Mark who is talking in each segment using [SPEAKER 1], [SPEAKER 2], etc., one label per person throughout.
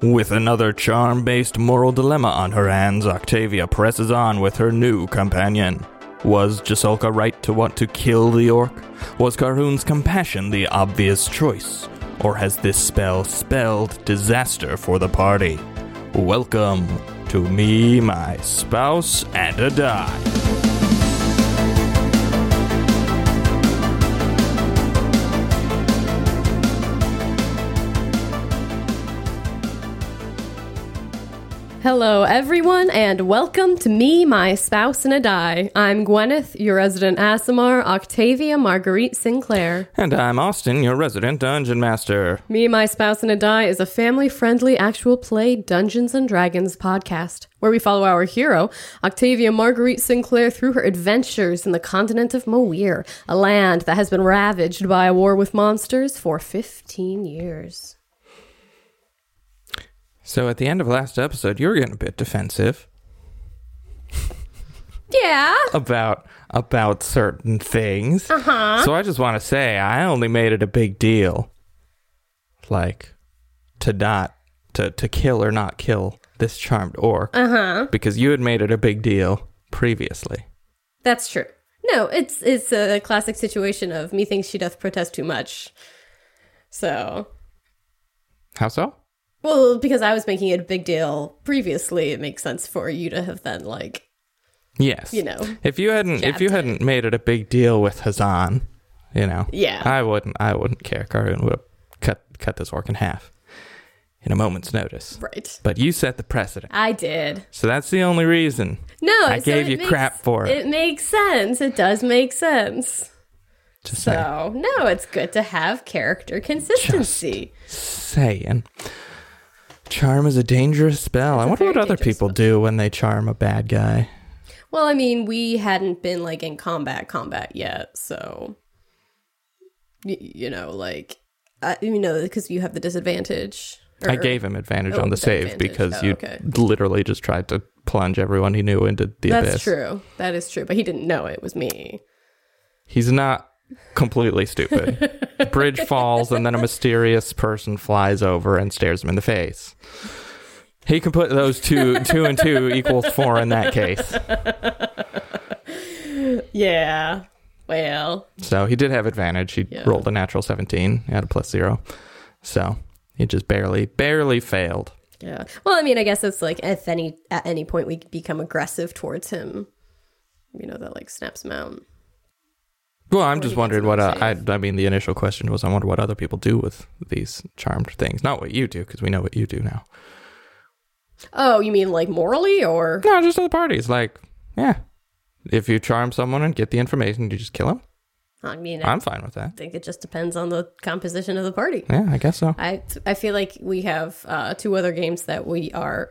[SPEAKER 1] With another charm based moral dilemma on her hands, Octavia presses on with her new companion. Was Jasulka right to want to kill the orc? Was Carhoon's compassion the obvious choice? Or has this spell spelled disaster for the party? Welcome to Me, My Spouse, and a Die.
[SPEAKER 2] Hello, everyone, and welcome to Me, My Spouse, and a Die. I'm Gwyneth, your resident Asimar, Octavia Marguerite Sinclair.
[SPEAKER 1] And I'm Austin, your resident dungeon master.
[SPEAKER 2] Me, My Spouse, and a Die is a family friendly actual play Dungeons and Dragons podcast where we follow our hero, Octavia Marguerite Sinclair, through her adventures in the continent of Moir, a land that has been ravaged by a war with monsters for 15 years.
[SPEAKER 1] So at the end of last episode, you were getting a bit defensive
[SPEAKER 2] Yeah.
[SPEAKER 1] about about certain things. Uh-huh. So I just want to say I only made it a big deal, like to not to to kill or not kill this charmed orc. Uh
[SPEAKER 2] Uh-huh.
[SPEAKER 1] huh. Because you had made it a big deal previously.
[SPEAKER 2] That's true. No, it's it's a classic situation of methinks she doth protest too much. So,
[SPEAKER 1] How so?
[SPEAKER 2] well, because I was making it a big deal previously, it makes sense for you to have then like,
[SPEAKER 1] Yes.
[SPEAKER 2] You know,
[SPEAKER 1] If you hadn't if you
[SPEAKER 2] jabbed
[SPEAKER 1] hadn't made it a big deal with Hazan, you know.
[SPEAKER 2] Yeah.
[SPEAKER 1] I wouldn't I wouldn't care. Karun would have cut cut this orc in half in a moment's notice.
[SPEAKER 2] right.
[SPEAKER 1] But you set the precedent.
[SPEAKER 2] I did.
[SPEAKER 1] So that's the only reason.
[SPEAKER 2] No,
[SPEAKER 1] I
[SPEAKER 2] so
[SPEAKER 1] gave
[SPEAKER 2] it
[SPEAKER 1] you
[SPEAKER 2] makes-
[SPEAKER 1] crap for it.
[SPEAKER 2] It makes sense. It does make sense.
[SPEAKER 1] Just saying.
[SPEAKER 2] So, no, it's good to have character consistency.
[SPEAKER 1] saying. Charm is a dangerous spell. I wonder
[SPEAKER 2] very
[SPEAKER 1] what other
[SPEAKER 2] dangerous
[SPEAKER 1] people do when they charm a bad guy.
[SPEAKER 2] Well, I mean, we hadn't been like in combat combat yet, so y- you know, like I, you know, because you have the disadvantage.
[SPEAKER 1] I
[SPEAKER 2] or-
[SPEAKER 1] gave him advantage
[SPEAKER 2] Oh,
[SPEAKER 1] on the save
[SPEAKER 2] disadvantage.
[SPEAKER 1] because
[SPEAKER 2] Oh,
[SPEAKER 1] you
[SPEAKER 2] okay.
[SPEAKER 1] literally just tried to plunge everyone he knew into the
[SPEAKER 2] That's
[SPEAKER 1] abyss.
[SPEAKER 2] true. That is true. But he didn't know it was me.
[SPEAKER 1] He's not completely stupid. Bridge falls, and then a mysterious person flies over and stares him in the face. He can put those two, two and two equals four in that case.
[SPEAKER 2] Yeah. Well,
[SPEAKER 1] So he did have advantage. He
[SPEAKER 2] Yeah.
[SPEAKER 1] rolled a natural 17 at a plus zero. So he just barely, barely failed.
[SPEAKER 2] yeah. Well, I mean, I guess it's like if any at any point we become aggressive towards him, you know, that like snaps him out.
[SPEAKER 1] Well, I'm
[SPEAKER 2] Or he
[SPEAKER 1] just
[SPEAKER 2] gets
[SPEAKER 1] wondering
[SPEAKER 2] another
[SPEAKER 1] what uh, I,
[SPEAKER 2] save.
[SPEAKER 1] I mean. The initial question was, I wonder what other people do with these charmed things. Not what you do, because we know what you do now.
[SPEAKER 2] Oh, you mean like morally or
[SPEAKER 1] No, just other parties. Like, yeah, if you charm someone and get the information, you just kill him.
[SPEAKER 2] I mean, I
[SPEAKER 1] I'm fine with that.
[SPEAKER 2] think it just depends on the composition of the party.
[SPEAKER 1] Yeah, I guess so.
[SPEAKER 2] I, I feel like we have uh, two other games that we are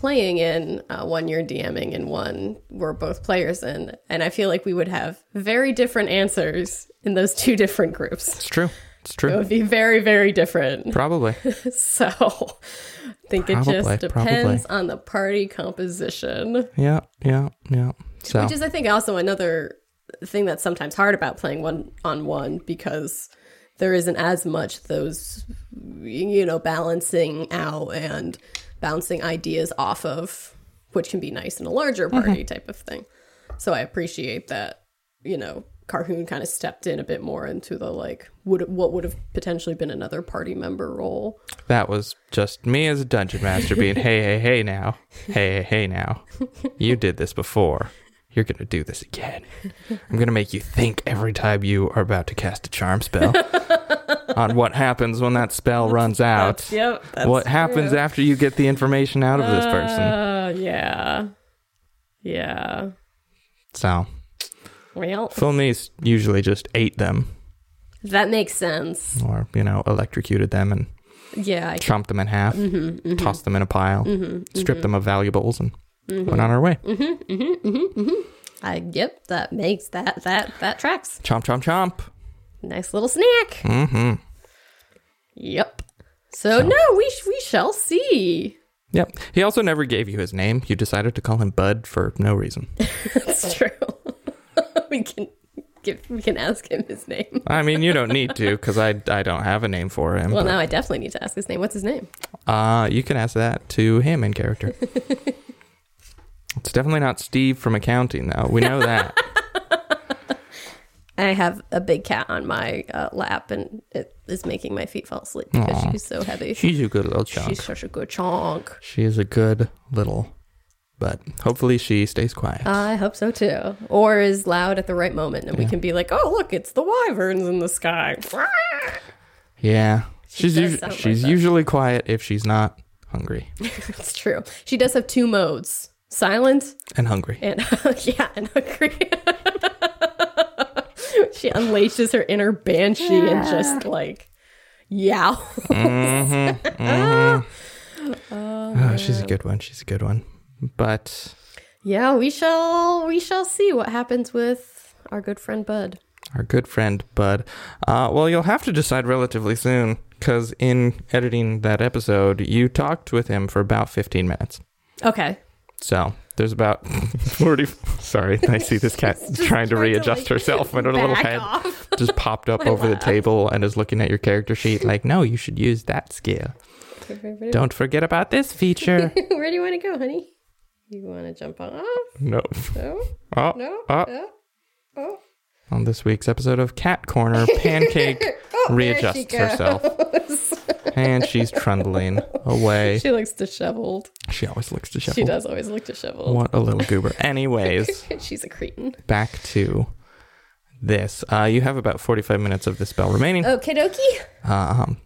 [SPEAKER 2] playing in uh, one you're DMing and one we're both players in. And I feel like we would have very different answers in those two different groups.
[SPEAKER 1] It's true. It's
[SPEAKER 2] It
[SPEAKER 1] true.
[SPEAKER 2] would be very, very different.
[SPEAKER 1] Probably.
[SPEAKER 2] So I think it
[SPEAKER 1] Probably,
[SPEAKER 2] just depends
[SPEAKER 1] probably.
[SPEAKER 2] on the party composition.
[SPEAKER 1] Yeah, yeah, yeah. So
[SPEAKER 2] Which is, I think, also another thing that's sometimes hard about playing one on one because there isn't as much those, you know, balancing out and bouncing ideas off of, which can be nice in a larger
[SPEAKER 1] Mm-hmm.
[SPEAKER 2] party type of thing. So I appreciate that, you know, Carhoon kind of stepped in a bit more into the like, would what would have potentially been another party member role.
[SPEAKER 1] that was just me as a dungeon master being, hey, hey, hey, now. Hey, hey, hey, now. You did this before. You're going to do this again. I'm going to make you think every time you are about to cast a charm spell on what happens when that spell runs out.
[SPEAKER 2] Yep.
[SPEAKER 1] What happens after you get the information out of this
[SPEAKER 2] Uh.
[SPEAKER 1] person.
[SPEAKER 2] yeah. Yeah.
[SPEAKER 1] So,
[SPEAKER 2] Well,
[SPEAKER 1] Fulnese usually just ate them
[SPEAKER 2] that makes sense.
[SPEAKER 1] or, you know, electrocuted them and
[SPEAKER 2] Yeah, I
[SPEAKER 1] chomped them in half, tossed them in a pile, stripped them of valuables, and went on our way.
[SPEAKER 2] I yep, that makes that that that tracks.
[SPEAKER 1] Chomp, chomp, chomp.
[SPEAKER 2] Nice little snack. Mm-hmm. Yep. So, no, we sh- we shall see.
[SPEAKER 1] Yep. He also never gave you his name. You decided to call him Bud for no reason.
[SPEAKER 2] That's true. we can give, we can ask him his name.
[SPEAKER 1] I mean, you don't need to because I, I don't have a name for him.
[SPEAKER 2] Well,
[SPEAKER 1] but,
[SPEAKER 2] now I definitely need to ask his name. What's his name?
[SPEAKER 1] uh, you can ask that to him in character. it's definitely not Steve from accounting, though. We know that.
[SPEAKER 2] I have a big cat on my uh, lap, and it is making my feet fall asleep because
[SPEAKER 1] Aw.
[SPEAKER 2] she's so heavy.
[SPEAKER 1] She's a good little chunk.
[SPEAKER 2] She's such a good chonk.
[SPEAKER 1] She is a good little, but hopefully she stays quiet.
[SPEAKER 2] I hope so too. Or is loud at the right moment, and we
[SPEAKER 1] Yeah.
[SPEAKER 2] can be like, "Oh, look, it's the wyverns in the sky."
[SPEAKER 1] yeah,
[SPEAKER 2] She
[SPEAKER 1] she's
[SPEAKER 2] does
[SPEAKER 1] usu-
[SPEAKER 2] sound like
[SPEAKER 1] she's
[SPEAKER 2] that.
[SPEAKER 1] usually quiet if she's not hungry
[SPEAKER 2] it's true. She does have two modes: silent
[SPEAKER 1] and hungry.
[SPEAKER 2] and yeah, and hungry. she unleashes her inner banshee and just like yow.
[SPEAKER 1] Mm-hmm.
[SPEAKER 2] Uh.
[SPEAKER 1] Oh, she's a good one. She's a good one. But
[SPEAKER 2] yeah, we shall we shall see what happens with our good friend Bud.
[SPEAKER 1] our good friend Bud, uh, well, you'll have to decide relatively soon because in editing that episode, you talked with him for about 15 minutes.
[SPEAKER 2] Okay.
[SPEAKER 1] So there's about 40. Sorry, I see this cat Uh, trying to
[SPEAKER 2] trying to,
[SPEAKER 1] readjust
[SPEAKER 2] like,
[SPEAKER 1] herself, and her little
[SPEAKER 2] back
[SPEAKER 1] head
[SPEAKER 2] off.
[SPEAKER 1] just popped up over the table and is looking at your character sheet like, no, you should use that skill. Don't forget about this feature.
[SPEAKER 2] Where do you want to go, honey? You want to jump off?
[SPEAKER 1] no.
[SPEAKER 2] No,
[SPEAKER 1] Oh,
[SPEAKER 2] no,
[SPEAKER 1] oh.
[SPEAKER 2] no. Oh.
[SPEAKER 1] On this week's episode of Cat Corner, Pancake
[SPEAKER 2] Oh,
[SPEAKER 1] readjusts herself. and she's trundling away.
[SPEAKER 2] She looks disheveled.
[SPEAKER 1] She always looks disheveled.
[SPEAKER 2] She does always look disheveled.
[SPEAKER 1] What a little goober. Anyways,
[SPEAKER 2] She's a cretin.
[SPEAKER 1] back to this. Uh, you have about 45 minutes of this spell remaining.
[SPEAKER 2] Okay, dokie.
[SPEAKER 1] Um,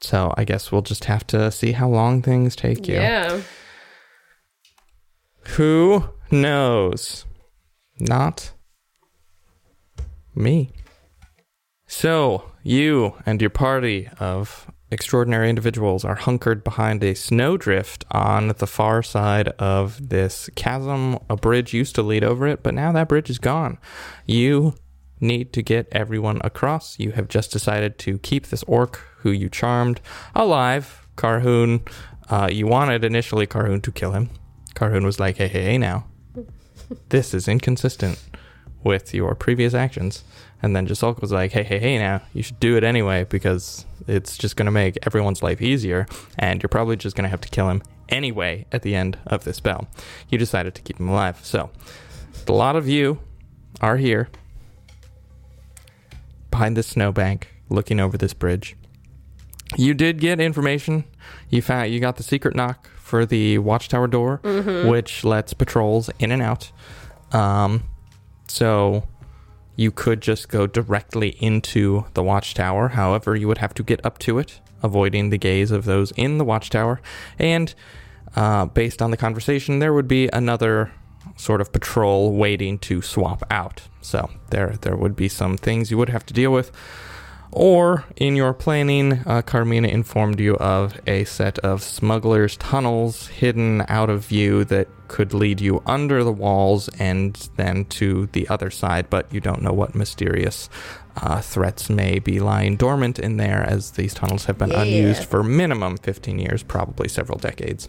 [SPEAKER 1] so I guess we'll just have to see how long things take you.
[SPEAKER 2] Yeah.
[SPEAKER 1] Who knows? Not me. So, you and your party of extraordinary individuals are hunkered behind a snowdrift on the far side of this chasm. A bridge used to lead over it, but now that bridge is gone. You need to get everyone across. You have just decided to keep this orc who you charmed alive. Carhoon, uh, you wanted initially Carhoon to kill him. Carhoon was like, hey, hey, hey, now. This is inconsistent with your previous actions. And then Jasulk was like, hey, hey, hey, now, you should do it anyway because it's just going to make everyone's life easier. And you're probably just going to have to kill him anyway at the end of this spell. You decided to keep him alive. So, a lot of you are here behind this snowbank looking over this bridge. You did get information. You found you got the secret knock for the watchtower door, which lets patrols in and out. Um, so you could just go directly into the watchtower. However, you would have to get up to it, avoiding the gaze of those in the watchtower. And uh, based on the conversation, there would be another sort of patrol waiting to swap out. So there, there would be some things you would have to deal with. Or in your planning, uh, Carmina informed you of a set of smugglers' tunnels hidden out of view that could lead you under the walls and then to the other side, but you don't know what mysterious uh, threats may be lying dormant in there as these tunnels have been
[SPEAKER 2] Yeah.
[SPEAKER 1] unused for minimum 15 years, probably several decades.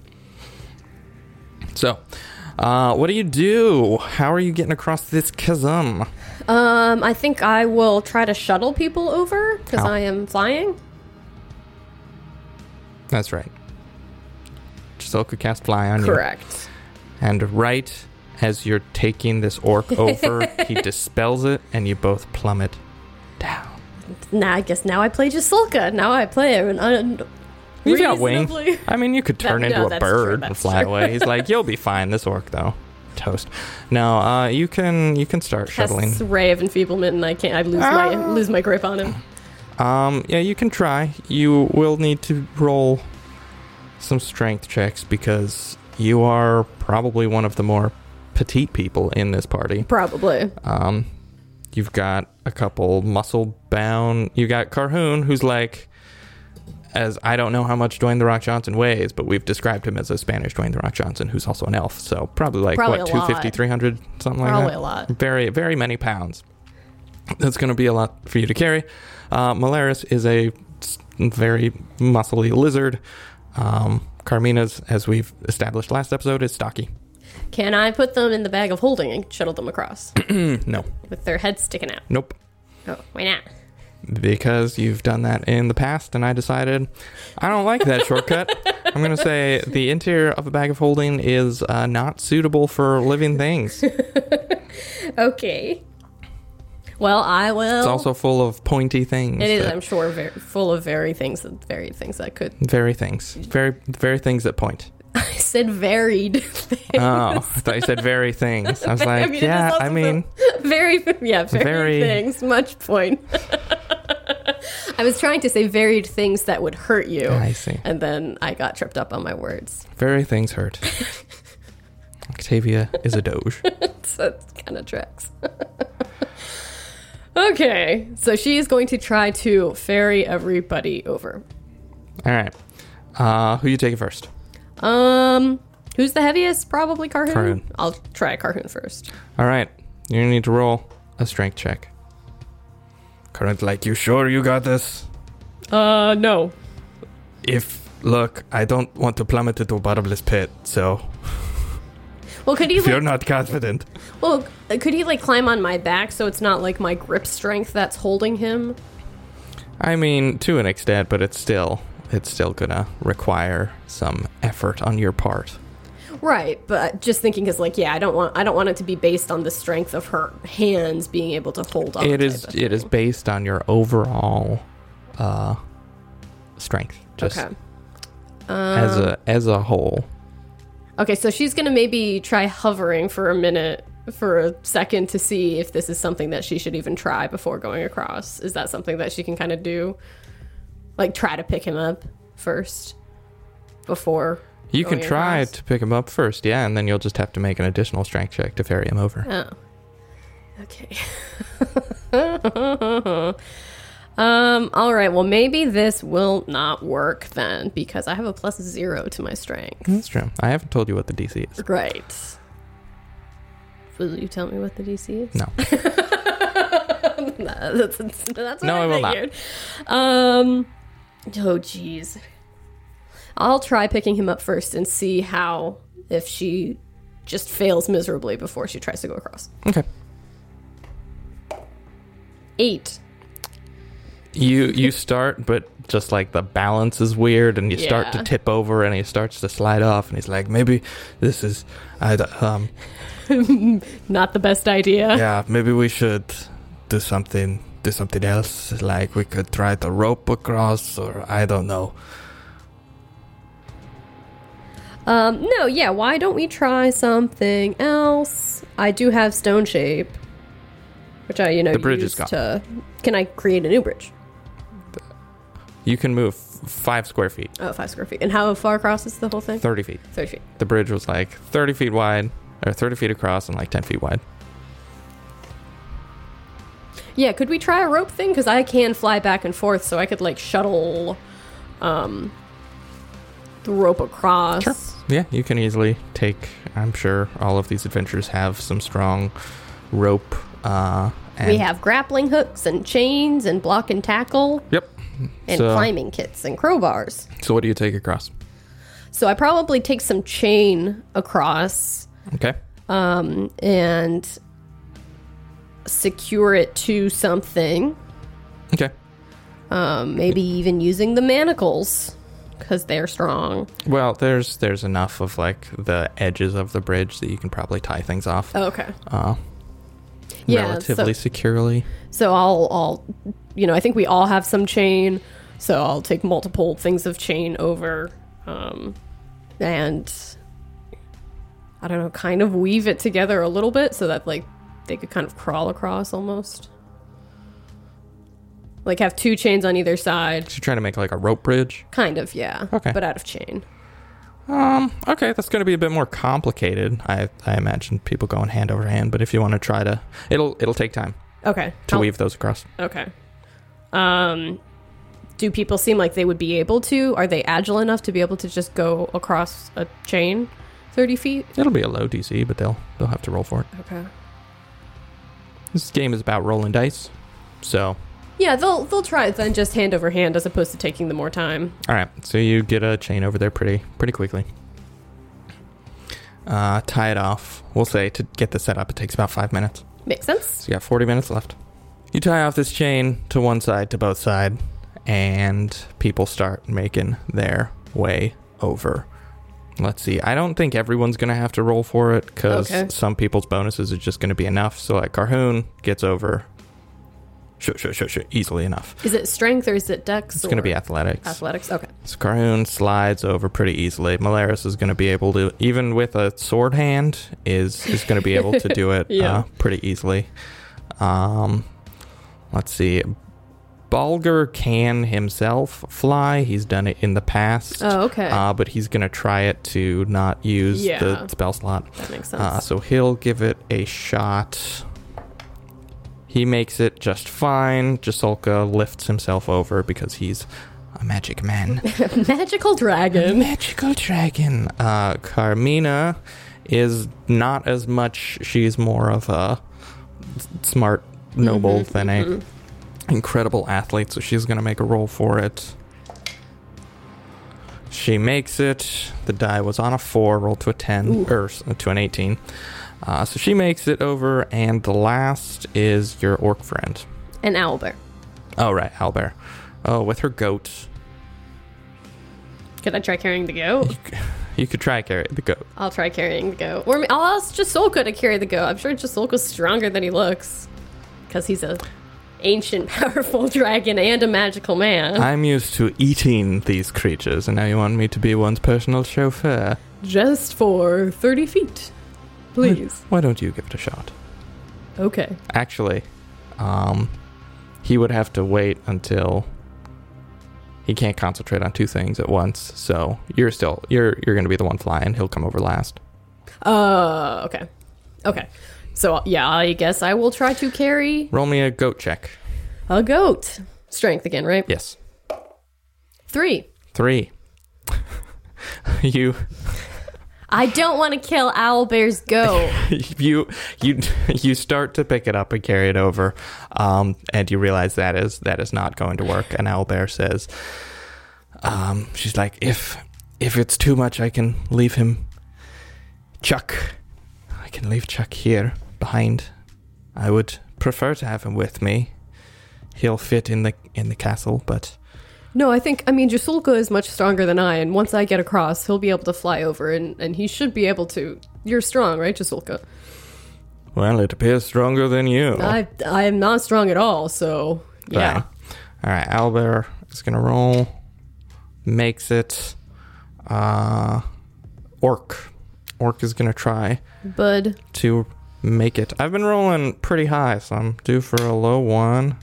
[SPEAKER 1] So, uh, what do you do? How are you getting across this chasm?
[SPEAKER 2] Um, I think I will try to shuttle people over because
[SPEAKER 1] Ow.
[SPEAKER 2] I am flying.
[SPEAKER 1] That's right. Giselle could cast fly on you.
[SPEAKER 2] Correct.
[SPEAKER 1] And right as you're taking this orc over, he dispels it, and you both plummet down.
[SPEAKER 2] Now I guess now I play Jasulka. Now I play her and un-
[SPEAKER 1] You've got wings.
[SPEAKER 2] reasonably-
[SPEAKER 1] I mean, you could turn
[SPEAKER 2] That- no,
[SPEAKER 1] into a
[SPEAKER 2] that's true,
[SPEAKER 1] bird and
[SPEAKER 2] that's
[SPEAKER 1] fly
[SPEAKER 2] true.
[SPEAKER 1] away. He's like, you'll be fine. This orc, though, toast. No, uh, you can you can start shuttling.
[SPEAKER 2] Casts ray of enfeeblement, and I can't. I lose my lose my grip on him.
[SPEAKER 1] Um, yeah, you can try. You will need to roll some strength checks because you are probably one of the more petite people in this party.
[SPEAKER 2] Probably.
[SPEAKER 1] Um, you've got a couple muscle bound. You got Carhoon, who's like, as I don't know how much Dwayne the Rock Johnson weighs, but we've described him as a Spanish Dwayne the Rock Johnson, who's also an elf. So probably like
[SPEAKER 2] Probably a
[SPEAKER 1] what
[SPEAKER 2] lot.
[SPEAKER 1] 250, 300, something like
[SPEAKER 2] Probably
[SPEAKER 1] that.
[SPEAKER 2] a lot.
[SPEAKER 1] Very, very many pounds. That's going to be a lot for you to carry. Uh, Malaris is a s- very muscly lizard. Um, Carmina's, as we've established last episode, is stocky.
[SPEAKER 2] Can I put them in the bag of holding and shuttle them across Hmm.
[SPEAKER 1] No.
[SPEAKER 2] with their heads sticking out?
[SPEAKER 1] Nope.
[SPEAKER 2] Oh, why not?
[SPEAKER 1] Because you've done that in the past, and I decided I don't like that shortcut. I'm going to say the interior of a bag of holding is uh, not suitable for living things. It's
[SPEAKER 2] Okay. Well, I will.
[SPEAKER 1] also full of pointy things.
[SPEAKER 2] It is,
[SPEAKER 1] that-
[SPEAKER 2] I'm sure, very, full of very things that varied things that could.
[SPEAKER 1] very things. Very, very things that point.
[SPEAKER 2] I said varied. things.
[SPEAKER 1] Oh, I thought you said very things. I was like,
[SPEAKER 2] it is
[SPEAKER 1] yeah,
[SPEAKER 2] also
[SPEAKER 1] I mean,
[SPEAKER 2] very yeah, varied
[SPEAKER 1] Very-
[SPEAKER 2] things. Much point. I was trying to say varied things that would hurt you,
[SPEAKER 1] I see.
[SPEAKER 2] and then I got tripped up on my words.
[SPEAKER 1] Very things hurt. Octavia is a doge.
[SPEAKER 2] So it kind of tracks. okay, so she is going to try to ferry everybody over.
[SPEAKER 1] All right. Uh, who you taking first?
[SPEAKER 2] Um, who's the heaviest? Probably Carhoon.
[SPEAKER 1] Carhoon.
[SPEAKER 2] I'll try Carhoon first.
[SPEAKER 1] All right. You need to roll a strength check. Current, like, you sure you got this?
[SPEAKER 2] Uh, no.
[SPEAKER 1] If, look, I don't want to plummet into a bottomless pit, so
[SPEAKER 2] Well, could he
[SPEAKER 1] if you're
[SPEAKER 2] like,
[SPEAKER 1] not confident.
[SPEAKER 2] well, could he like climb on my back so it's not like my grip strength that's holding him?
[SPEAKER 1] I mean, to an extent, but it's still, it's still gonna require some effort on your part.
[SPEAKER 2] Right, but just thinking is like, yeah, I don't want I don't want it to be based on the strength of her hands being able to hold on.
[SPEAKER 1] it
[SPEAKER 2] type
[SPEAKER 1] is,
[SPEAKER 2] of
[SPEAKER 1] it is
[SPEAKER 2] thing.
[SPEAKER 1] based on your overall, uh, strength. Just
[SPEAKER 2] okay. Um,
[SPEAKER 1] as a, as a whole.
[SPEAKER 2] Okay, so she's gonna maybe try hovering for a minute, for a second, to see if this is something that she should even try before going across. Is that something that she can kind of do? Like try to pick him up first before.
[SPEAKER 1] You can
[SPEAKER 2] going
[SPEAKER 1] try
[SPEAKER 2] across?
[SPEAKER 1] to pick him up first, yeah, and then you'll just have to make an additional strength check to ferry him over.
[SPEAKER 2] Okay. um. All right. Well, maybe this will not work then because I have a plus zero to my strength.
[SPEAKER 1] That's true. I haven't told you what the DC is.
[SPEAKER 2] Right. Will you tell me what the DC is?
[SPEAKER 1] No.
[SPEAKER 2] Uh, that's, that's what
[SPEAKER 1] No,
[SPEAKER 2] I,
[SPEAKER 1] I will not.
[SPEAKER 2] figured. Um, oh, jeez. I'll try picking him up first and see how if she just fails miserably before she tries to go across.
[SPEAKER 1] Okay.
[SPEAKER 2] Eight.
[SPEAKER 1] You you start, but just like the balance is weird, and you start to
[SPEAKER 2] Yeah.
[SPEAKER 1] tip over, and he starts to slide off, and he's like, maybe this is, I d- um
[SPEAKER 2] Not the best idea.
[SPEAKER 1] yeah, maybe we should do something do something else. Like we could try to rope across, or I don't know.
[SPEAKER 2] Um, no, yeah. Why don't we try something else? I do have stone shape, which I you know
[SPEAKER 1] The bridge is
[SPEAKER 2] used
[SPEAKER 1] gone.
[SPEAKER 2] to. Can I create a new bridge?
[SPEAKER 1] You can move f- five square feet,
[SPEAKER 2] Oh, five square feet. And how far across is the whole thing?
[SPEAKER 1] thirty feet.
[SPEAKER 2] Thirty feet.
[SPEAKER 1] The bridge was like thirty feet wide, or thirty feet across, and like ten feet wide.
[SPEAKER 2] Yeah, could we try a rope thing? Because I can fly back and forth, so I could like shuttle um, the rope across.
[SPEAKER 1] Yeah, you can easily take. I'm sure all of these adventures have some strong rope. Uh, and,
[SPEAKER 2] We have grappling hooks and chains and block and tackle
[SPEAKER 1] Yep.
[SPEAKER 2] and
[SPEAKER 1] so,
[SPEAKER 2] climbing kits and crowbars.
[SPEAKER 1] So what do you take across?
[SPEAKER 2] So I probably take some chain across
[SPEAKER 1] Okay.
[SPEAKER 2] um, and secure it to something.
[SPEAKER 1] Okay.
[SPEAKER 2] Um, maybe even using the manacles because they're strong.
[SPEAKER 1] Well, there's there's enough of like the edges of the bridge that you can probably tie things off
[SPEAKER 2] Okay.
[SPEAKER 1] uh,
[SPEAKER 2] Yeah,
[SPEAKER 1] relatively securely.
[SPEAKER 2] So I'll, I'll, you know, I think we all have some chain. So I'll take multiple things of chain over, um, and I don't know, kind of weave it together a little bit so that like they could kind of crawl across almost. Like have two chains on either side,
[SPEAKER 1] So you're trying to make like a rope bridge.
[SPEAKER 2] kind of, yeah.
[SPEAKER 1] Okay.
[SPEAKER 2] But out of chain.
[SPEAKER 1] Um. Okay, that's going to be a bit more complicated. I I imagine people going hand over hand, but if you want to try to, it'll it'll take time
[SPEAKER 2] Okay.
[SPEAKER 1] to
[SPEAKER 2] I'll-
[SPEAKER 1] weave those across.
[SPEAKER 2] Okay. Um, do people seem like they would be able to? Are they agile enough to be able to just go across a chain, thirty feet?
[SPEAKER 1] It'll be a low DC, but they'll they'll have to roll for it.
[SPEAKER 2] Okay.
[SPEAKER 1] This game is about rolling dice. So,
[SPEAKER 2] Yeah, they'll they'll try it then just hand over hand as opposed to taking the more time.
[SPEAKER 1] all right. So you get a chain over there pretty pretty quickly. uh, tie it off. We'll say to get this set up, it takes about five minutes.
[SPEAKER 2] Makes sense.
[SPEAKER 1] So you got 40 minutes left. You tie off this chain to one side, to both side, and people start making their way over. Let's see. I don't think everyone's going to have to roll for it because
[SPEAKER 2] Okay.
[SPEAKER 1] some people's bonuses are just going to be enough. So, like, Carhoon gets over sure, sure, sure, sure, easily enough.
[SPEAKER 2] Is it strength or is it dex?
[SPEAKER 1] It's going to be
[SPEAKER 2] or
[SPEAKER 1] athletics.
[SPEAKER 2] athletics. Okay.
[SPEAKER 1] So Carhoon slides over pretty easily. Malaris is going to be able to, even with a sword hand, is is going to be able to do it
[SPEAKER 2] Yeah.
[SPEAKER 1] uh, pretty easily. Um, let's see. Balger can himself fly. He's done it in the past,
[SPEAKER 2] Oh, okay.
[SPEAKER 1] uh, but he's going to try it to not use
[SPEAKER 2] Yeah.
[SPEAKER 1] the spell slot.
[SPEAKER 2] that makes sense.
[SPEAKER 1] Uh, so he'll give it a shot. He makes it just fine. Jasulka lifts himself over because he's a magic man.
[SPEAKER 2] Magical dragon.
[SPEAKER 1] Magical dragon. Uh, Carmina is not as much. She's more of a s- smart noble than a incredible athlete. So she's gonna make a roll for it. She makes it. The die was on a four, rolled to a ten, or s- to an eighteen. Uh, so she makes it over, and the last is your orc friend.
[SPEAKER 2] An owlbear.
[SPEAKER 1] Oh right, Albert. Oh, with her goat.
[SPEAKER 2] Could I try carrying the goat?
[SPEAKER 1] You could try carry the goat.
[SPEAKER 2] I'll try carrying the goat. Or I'll ask Jasolka to carry the goat. I'm sure Jasolka's stronger than he looks. Because he's a ancient, powerful dragon and a magical man.
[SPEAKER 1] I'm used to eating these creatures, and now you want me to be one's personal chauffeur.
[SPEAKER 2] Just for 30 feet. Please.
[SPEAKER 1] Why don't you give it a shot?
[SPEAKER 2] Okay.
[SPEAKER 1] Actually, um, he would have to wait until he can't concentrate on two things at once. So you're still you're you're going to be the one flying. He'll come over last.
[SPEAKER 2] Uh, okay. Okay. So, yeah, I guess I will try to carry
[SPEAKER 1] Roll me a goat check.
[SPEAKER 2] a goat. Strength again, right?
[SPEAKER 1] Yes,
[SPEAKER 2] Three.
[SPEAKER 1] three. you
[SPEAKER 2] I don't want to kill Owlbear's goat.
[SPEAKER 1] you you you start to pick it up and carry it over, um, and you realize that is that is not going to work. And Owlbear says, um, "She's like, if if it's too much, I can leave him. Chuck, I can leave Chuck here behind. I would prefer to have him with me. He'll fit in the in the castle, but."
[SPEAKER 2] No, I think I mean Jasulka is much stronger than I, and once I get across, he'll be able to fly over, and and he should be able to. You're strong, right, Jasulka?
[SPEAKER 1] Well, it appears stronger than you.
[SPEAKER 2] I I am not strong at all, so yeah.
[SPEAKER 1] Bang. All right, Albert is gonna roll. Makes it. Uh, Orc. Orc is gonna try
[SPEAKER 2] Bud,
[SPEAKER 1] to make it. I've been rolling pretty high, so I'm due for a low one.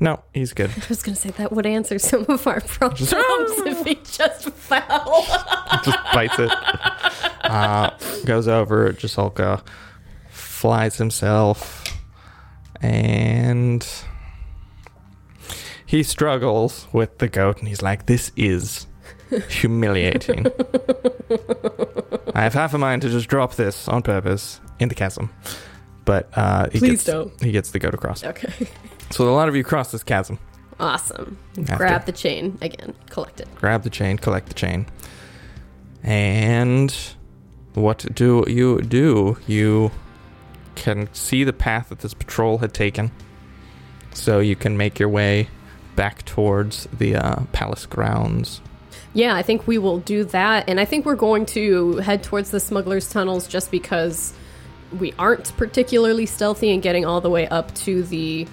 [SPEAKER 1] No, he's good.
[SPEAKER 2] I was gonna say that would answer some of our problems if he just fell.
[SPEAKER 1] Just bites it. Uh, goes over. Jasulka flies himself, and he struggles with the goat, and he's like, "This is humiliating." I have half a mind to just drop this on purpose in the chasm, but uh, he
[SPEAKER 2] Please
[SPEAKER 1] gets,
[SPEAKER 2] don't.
[SPEAKER 1] He gets the goat across.
[SPEAKER 2] Okay,
[SPEAKER 1] So a lot of you cross this chasm.
[SPEAKER 2] awesome.
[SPEAKER 1] After.
[SPEAKER 2] Grab the chain again. Collect it.
[SPEAKER 1] grab the chain, collect the chain. And what do you do? You can see the path that this patrol had taken. So you can make your way back towards the uh, palace grounds.
[SPEAKER 2] Yeah, I think we will do that. And I think we're going to head towards the smuggler's tunnels just because we aren't particularly stealthy and getting all the way up to the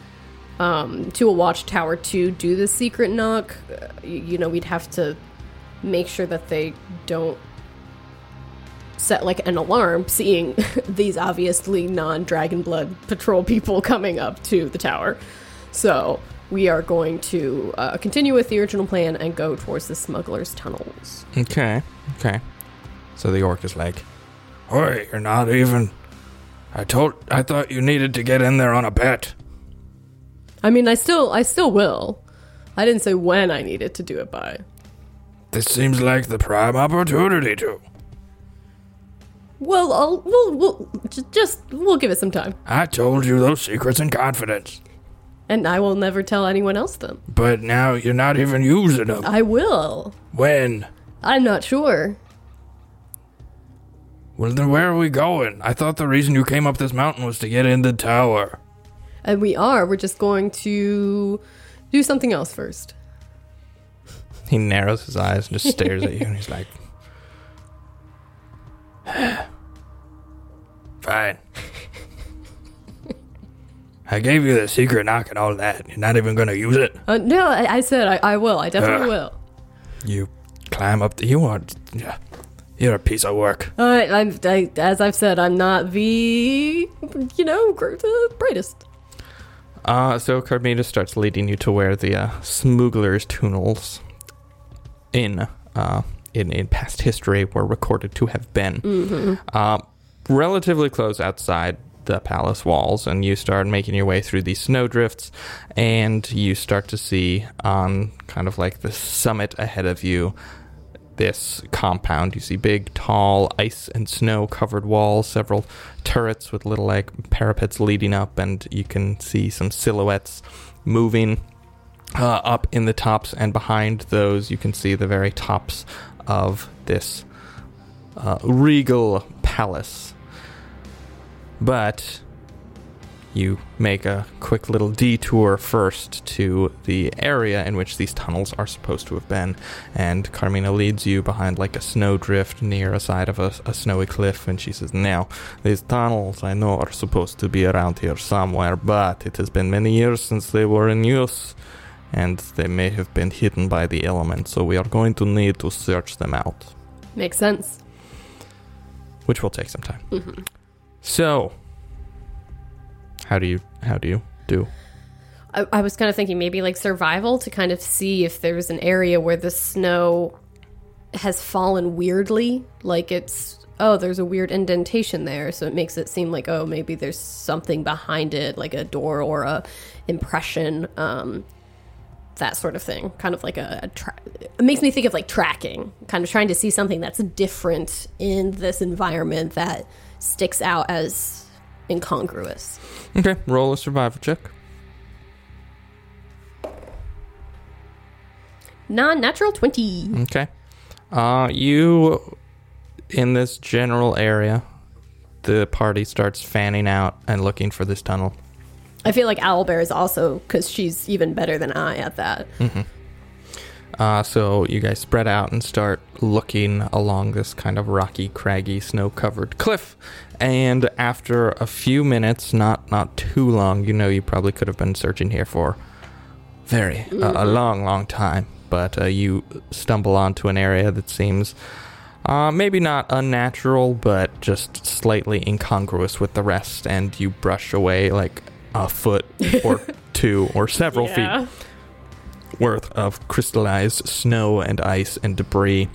[SPEAKER 2] um, to a watchtower to do the secret knock. Uh, y- you know, we'd have to make sure that they don't set like an alarm seeing these obviously non-dragon blood patrol people coming up to the tower so we are going to uh, continue with the original plan and go towards the smugglers tunnels
[SPEAKER 1] Okay, okay. So the orc is like, Oi, you're not even. I told. I thought you needed to get in there on a bet.
[SPEAKER 2] i mean i still i still will i didn't say when i needed to do it by
[SPEAKER 1] This seems like the prime opportunity to.
[SPEAKER 2] well i'll we'll, we'll j- just we'll give it some time
[SPEAKER 1] I told you those secrets in confidence.
[SPEAKER 2] and i will never tell anyone else them
[SPEAKER 1] But now you're not even using them.
[SPEAKER 2] i will
[SPEAKER 1] When?
[SPEAKER 2] i'm not sure
[SPEAKER 1] Well, then where are we going? I thought the reason you came up this mountain was to get in the tower.
[SPEAKER 2] And we are. We're just going to do something else first.
[SPEAKER 1] He narrows his eyes and just stares at you, and he's like, Fine. I gave you the secret knock and all that. You're not even gonna use it.
[SPEAKER 2] Uh, no, I, I said I, I will. I definitely
[SPEAKER 1] Ugh.
[SPEAKER 2] will.
[SPEAKER 1] You climb up. The, you are. You're a piece of work.
[SPEAKER 2] All right, Uh, I'm, I, as I've said, I'm not the, you know, gr- the brightest.
[SPEAKER 1] Uh, so Carmina starts leading you to where the uh, smugglers' tunnels in uh, in in past history were recorded to have been,
[SPEAKER 2] Mm-hmm.
[SPEAKER 1] uh, relatively close outside the palace walls, and you start making your way through these snowdrifts, and you start to see on kind of like the summit ahead of you this compound. You see big, tall, ice and snow covered walls, several turrets with little like parapets leading up, and you can see some silhouettes moving uh, up in the tops. And behind those, you can see the very tops of this uh, regal palace. But you make a quick little detour first to the area in which these tunnels are supposed to have been, and Carmina leads you behind like a snowdrift near a side of a, a snowy cliff, and she says, "Now, these tunnels I know are supposed to be around here somewhere, but it has been many years since they were in use." And they may have been hidden by the elements, so we are going to need to search them out
[SPEAKER 2] Makes sense.
[SPEAKER 1] which will take some time. So, how do you how do you do?
[SPEAKER 2] I, I was kind of thinking maybe like survival to kind of see if there's an area where the snow has fallen weirdly. Like it's, oh, there's a weird indentation there. So it makes it seem like, oh, maybe there's something behind it, like a door or a impression, um, that sort of thing. Kind of like a, a tra- it makes me think of like tracking, kind of trying to see something that's different in this environment that sticks out as incongruous.
[SPEAKER 1] Okay, roll a survival check.
[SPEAKER 2] Non natural 20.
[SPEAKER 1] Okay, uh, you in this general area, the party starts fanning out and looking for this tunnel.
[SPEAKER 2] I feel like Owlbear is also because she's even better than I at that.
[SPEAKER 1] Uh, so you guys spread out and start looking along this kind of rocky, craggy, snow-covered cliff. And after a few minutes, not not too long, you know, you probably could have been searching here for very uh, a long, long time. But uh, you stumble onto an area that seems uh, maybe not unnatural, but just slightly incongruous with the rest. And you brush away like a foot or two or several feet worth of crystallized snow and ice and debris,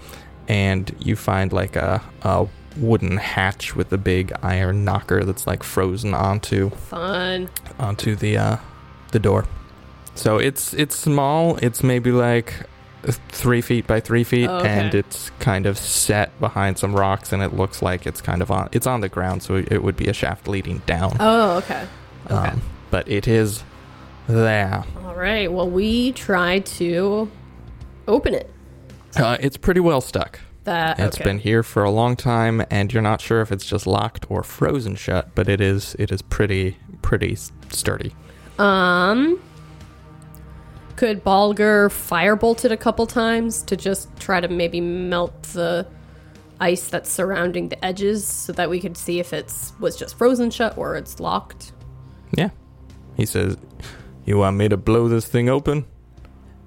[SPEAKER 1] and you find like a, a wooden hatch with a big iron knocker that's like frozen onto
[SPEAKER 2] Fun.
[SPEAKER 1] onto the uh, the door. So it's it's small. It's maybe like three feet by three feet,
[SPEAKER 2] Oh, okay.
[SPEAKER 1] and it's kind of set behind some rocks, and it looks like it's kind of on it's on the ground, so it would be a shaft leading down.
[SPEAKER 2] Oh, okay. Okay.
[SPEAKER 1] Um, but it is there.
[SPEAKER 2] All right. Well, we try to open it.
[SPEAKER 1] Uh, it's pretty well stuck.
[SPEAKER 2] That
[SPEAKER 1] It's
[SPEAKER 2] okay.
[SPEAKER 1] been here for a long time, and you're not sure if it's just locked or frozen shut, but it is it is pretty pretty s- sturdy.
[SPEAKER 2] Um, could Balger firebolt it a couple times to just try to maybe melt the ice that's surrounding the edges so that we could see if it's was just frozen shut or it's locked.
[SPEAKER 1] Yeah, he says, "You want me to blow this thing open?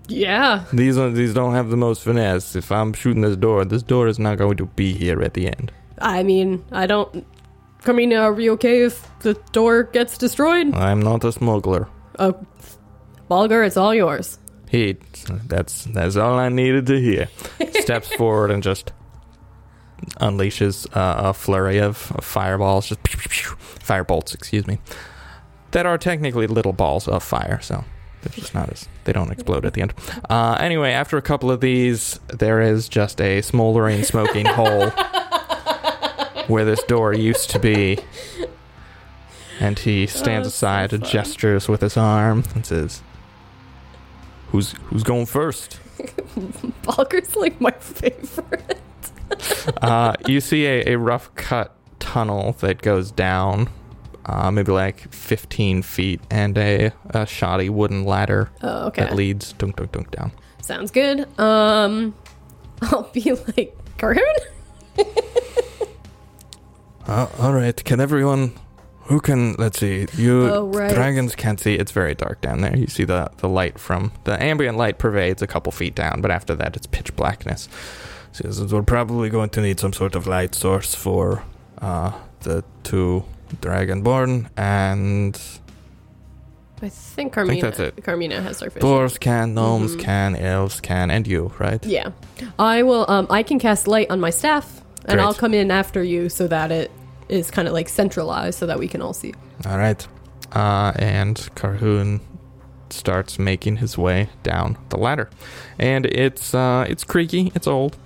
[SPEAKER 2] Yeah.
[SPEAKER 1] These are, these don't have the most finesse. If I'm shooting this door, this door is not going to be here at the end.
[SPEAKER 2] I mean, I don't. Carmina, are we okay if the door gets destroyed?
[SPEAKER 1] I'm not a smuggler."
[SPEAKER 2] Uh, Balger, it's all yours.
[SPEAKER 1] He, that's that's all I needed to hear. Steps forward and just unleashes uh, a flurry of, of fireballs, just pew, pew, pew, fire bolts, excuse me, that are technically little balls of fire. So they're just not as they don't explode at the end. Uh, anyway, after a couple of these, there is just a smoldering, smoking hole where this door used to be. And he stands
[SPEAKER 2] that's so
[SPEAKER 1] aside and
[SPEAKER 2] fun.
[SPEAKER 1] gestures with his arm and says, "Who's who's going first?
[SPEAKER 2] Balger's like my favorite.
[SPEAKER 1] uh, you see a, a rough cut tunnel that goes down, uh, maybe like 15 feet, and a, a shoddy wooden ladder
[SPEAKER 2] Oh, okay.
[SPEAKER 1] that leads dunk, dunk, dunk down.
[SPEAKER 2] Sounds good. Um, I'll be like, Carhoon?
[SPEAKER 1] Uh, all right, can everyone? Who can? Let's see. You
[SPEAKER 2] Oh, right.
[SPEAKER 1] dragons can't see. It's very dark down there. You see the the light from the ambient light pervades a couple feet down, but after that, it's pitch blackness. So this is- we're probably going to need some sort of light source for uh, the two dragonborn, and
[SPEAKER 2] I think Carmina.
[SPEAKER 1] think that's it.
[SPEAKER 2] Carmina has starfish.
[SPEAKER 1] dwarves can, gnomes
[SPEAKER 2] Mhm.
[SPEAKER 1] can, elves can, and you, right?
[SPEAKER 2] yeah, I will. Um, I can cast light on my staff, and
[SPEAKER 1] Great.
[SPEAKER 2] I'll come in after you so that it is kind of like centralized, so that we can all see.
[SPEAKER 1] All right. Uh, and Carhoon starts making his way down the ladder, and it's uh, it's creaky, it's old,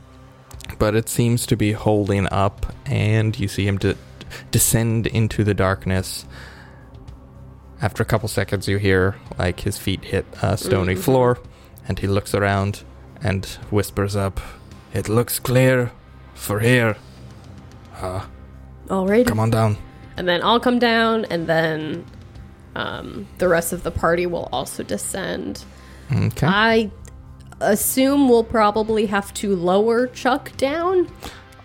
[SPEAKER 1] but it seems to be holding up. And you see him de- descend into the darkness. After a couple seconds, you hear like his feet hit a stony
[SPEAKER 2] Mhm.
[SPEAKER 1] floor, and he looks around and whispers up, "It looks clear for here. Uh,
[SPEAKER 2] All right,
[SPEAKER 1] come on down."
[SPEAKER 2] and then I'll come down, and then um, the rest of the party will also descend.
[SPEAKER 1] Okay.
[SPEAKER 2] I assume we'll probably have to lower Chuck down.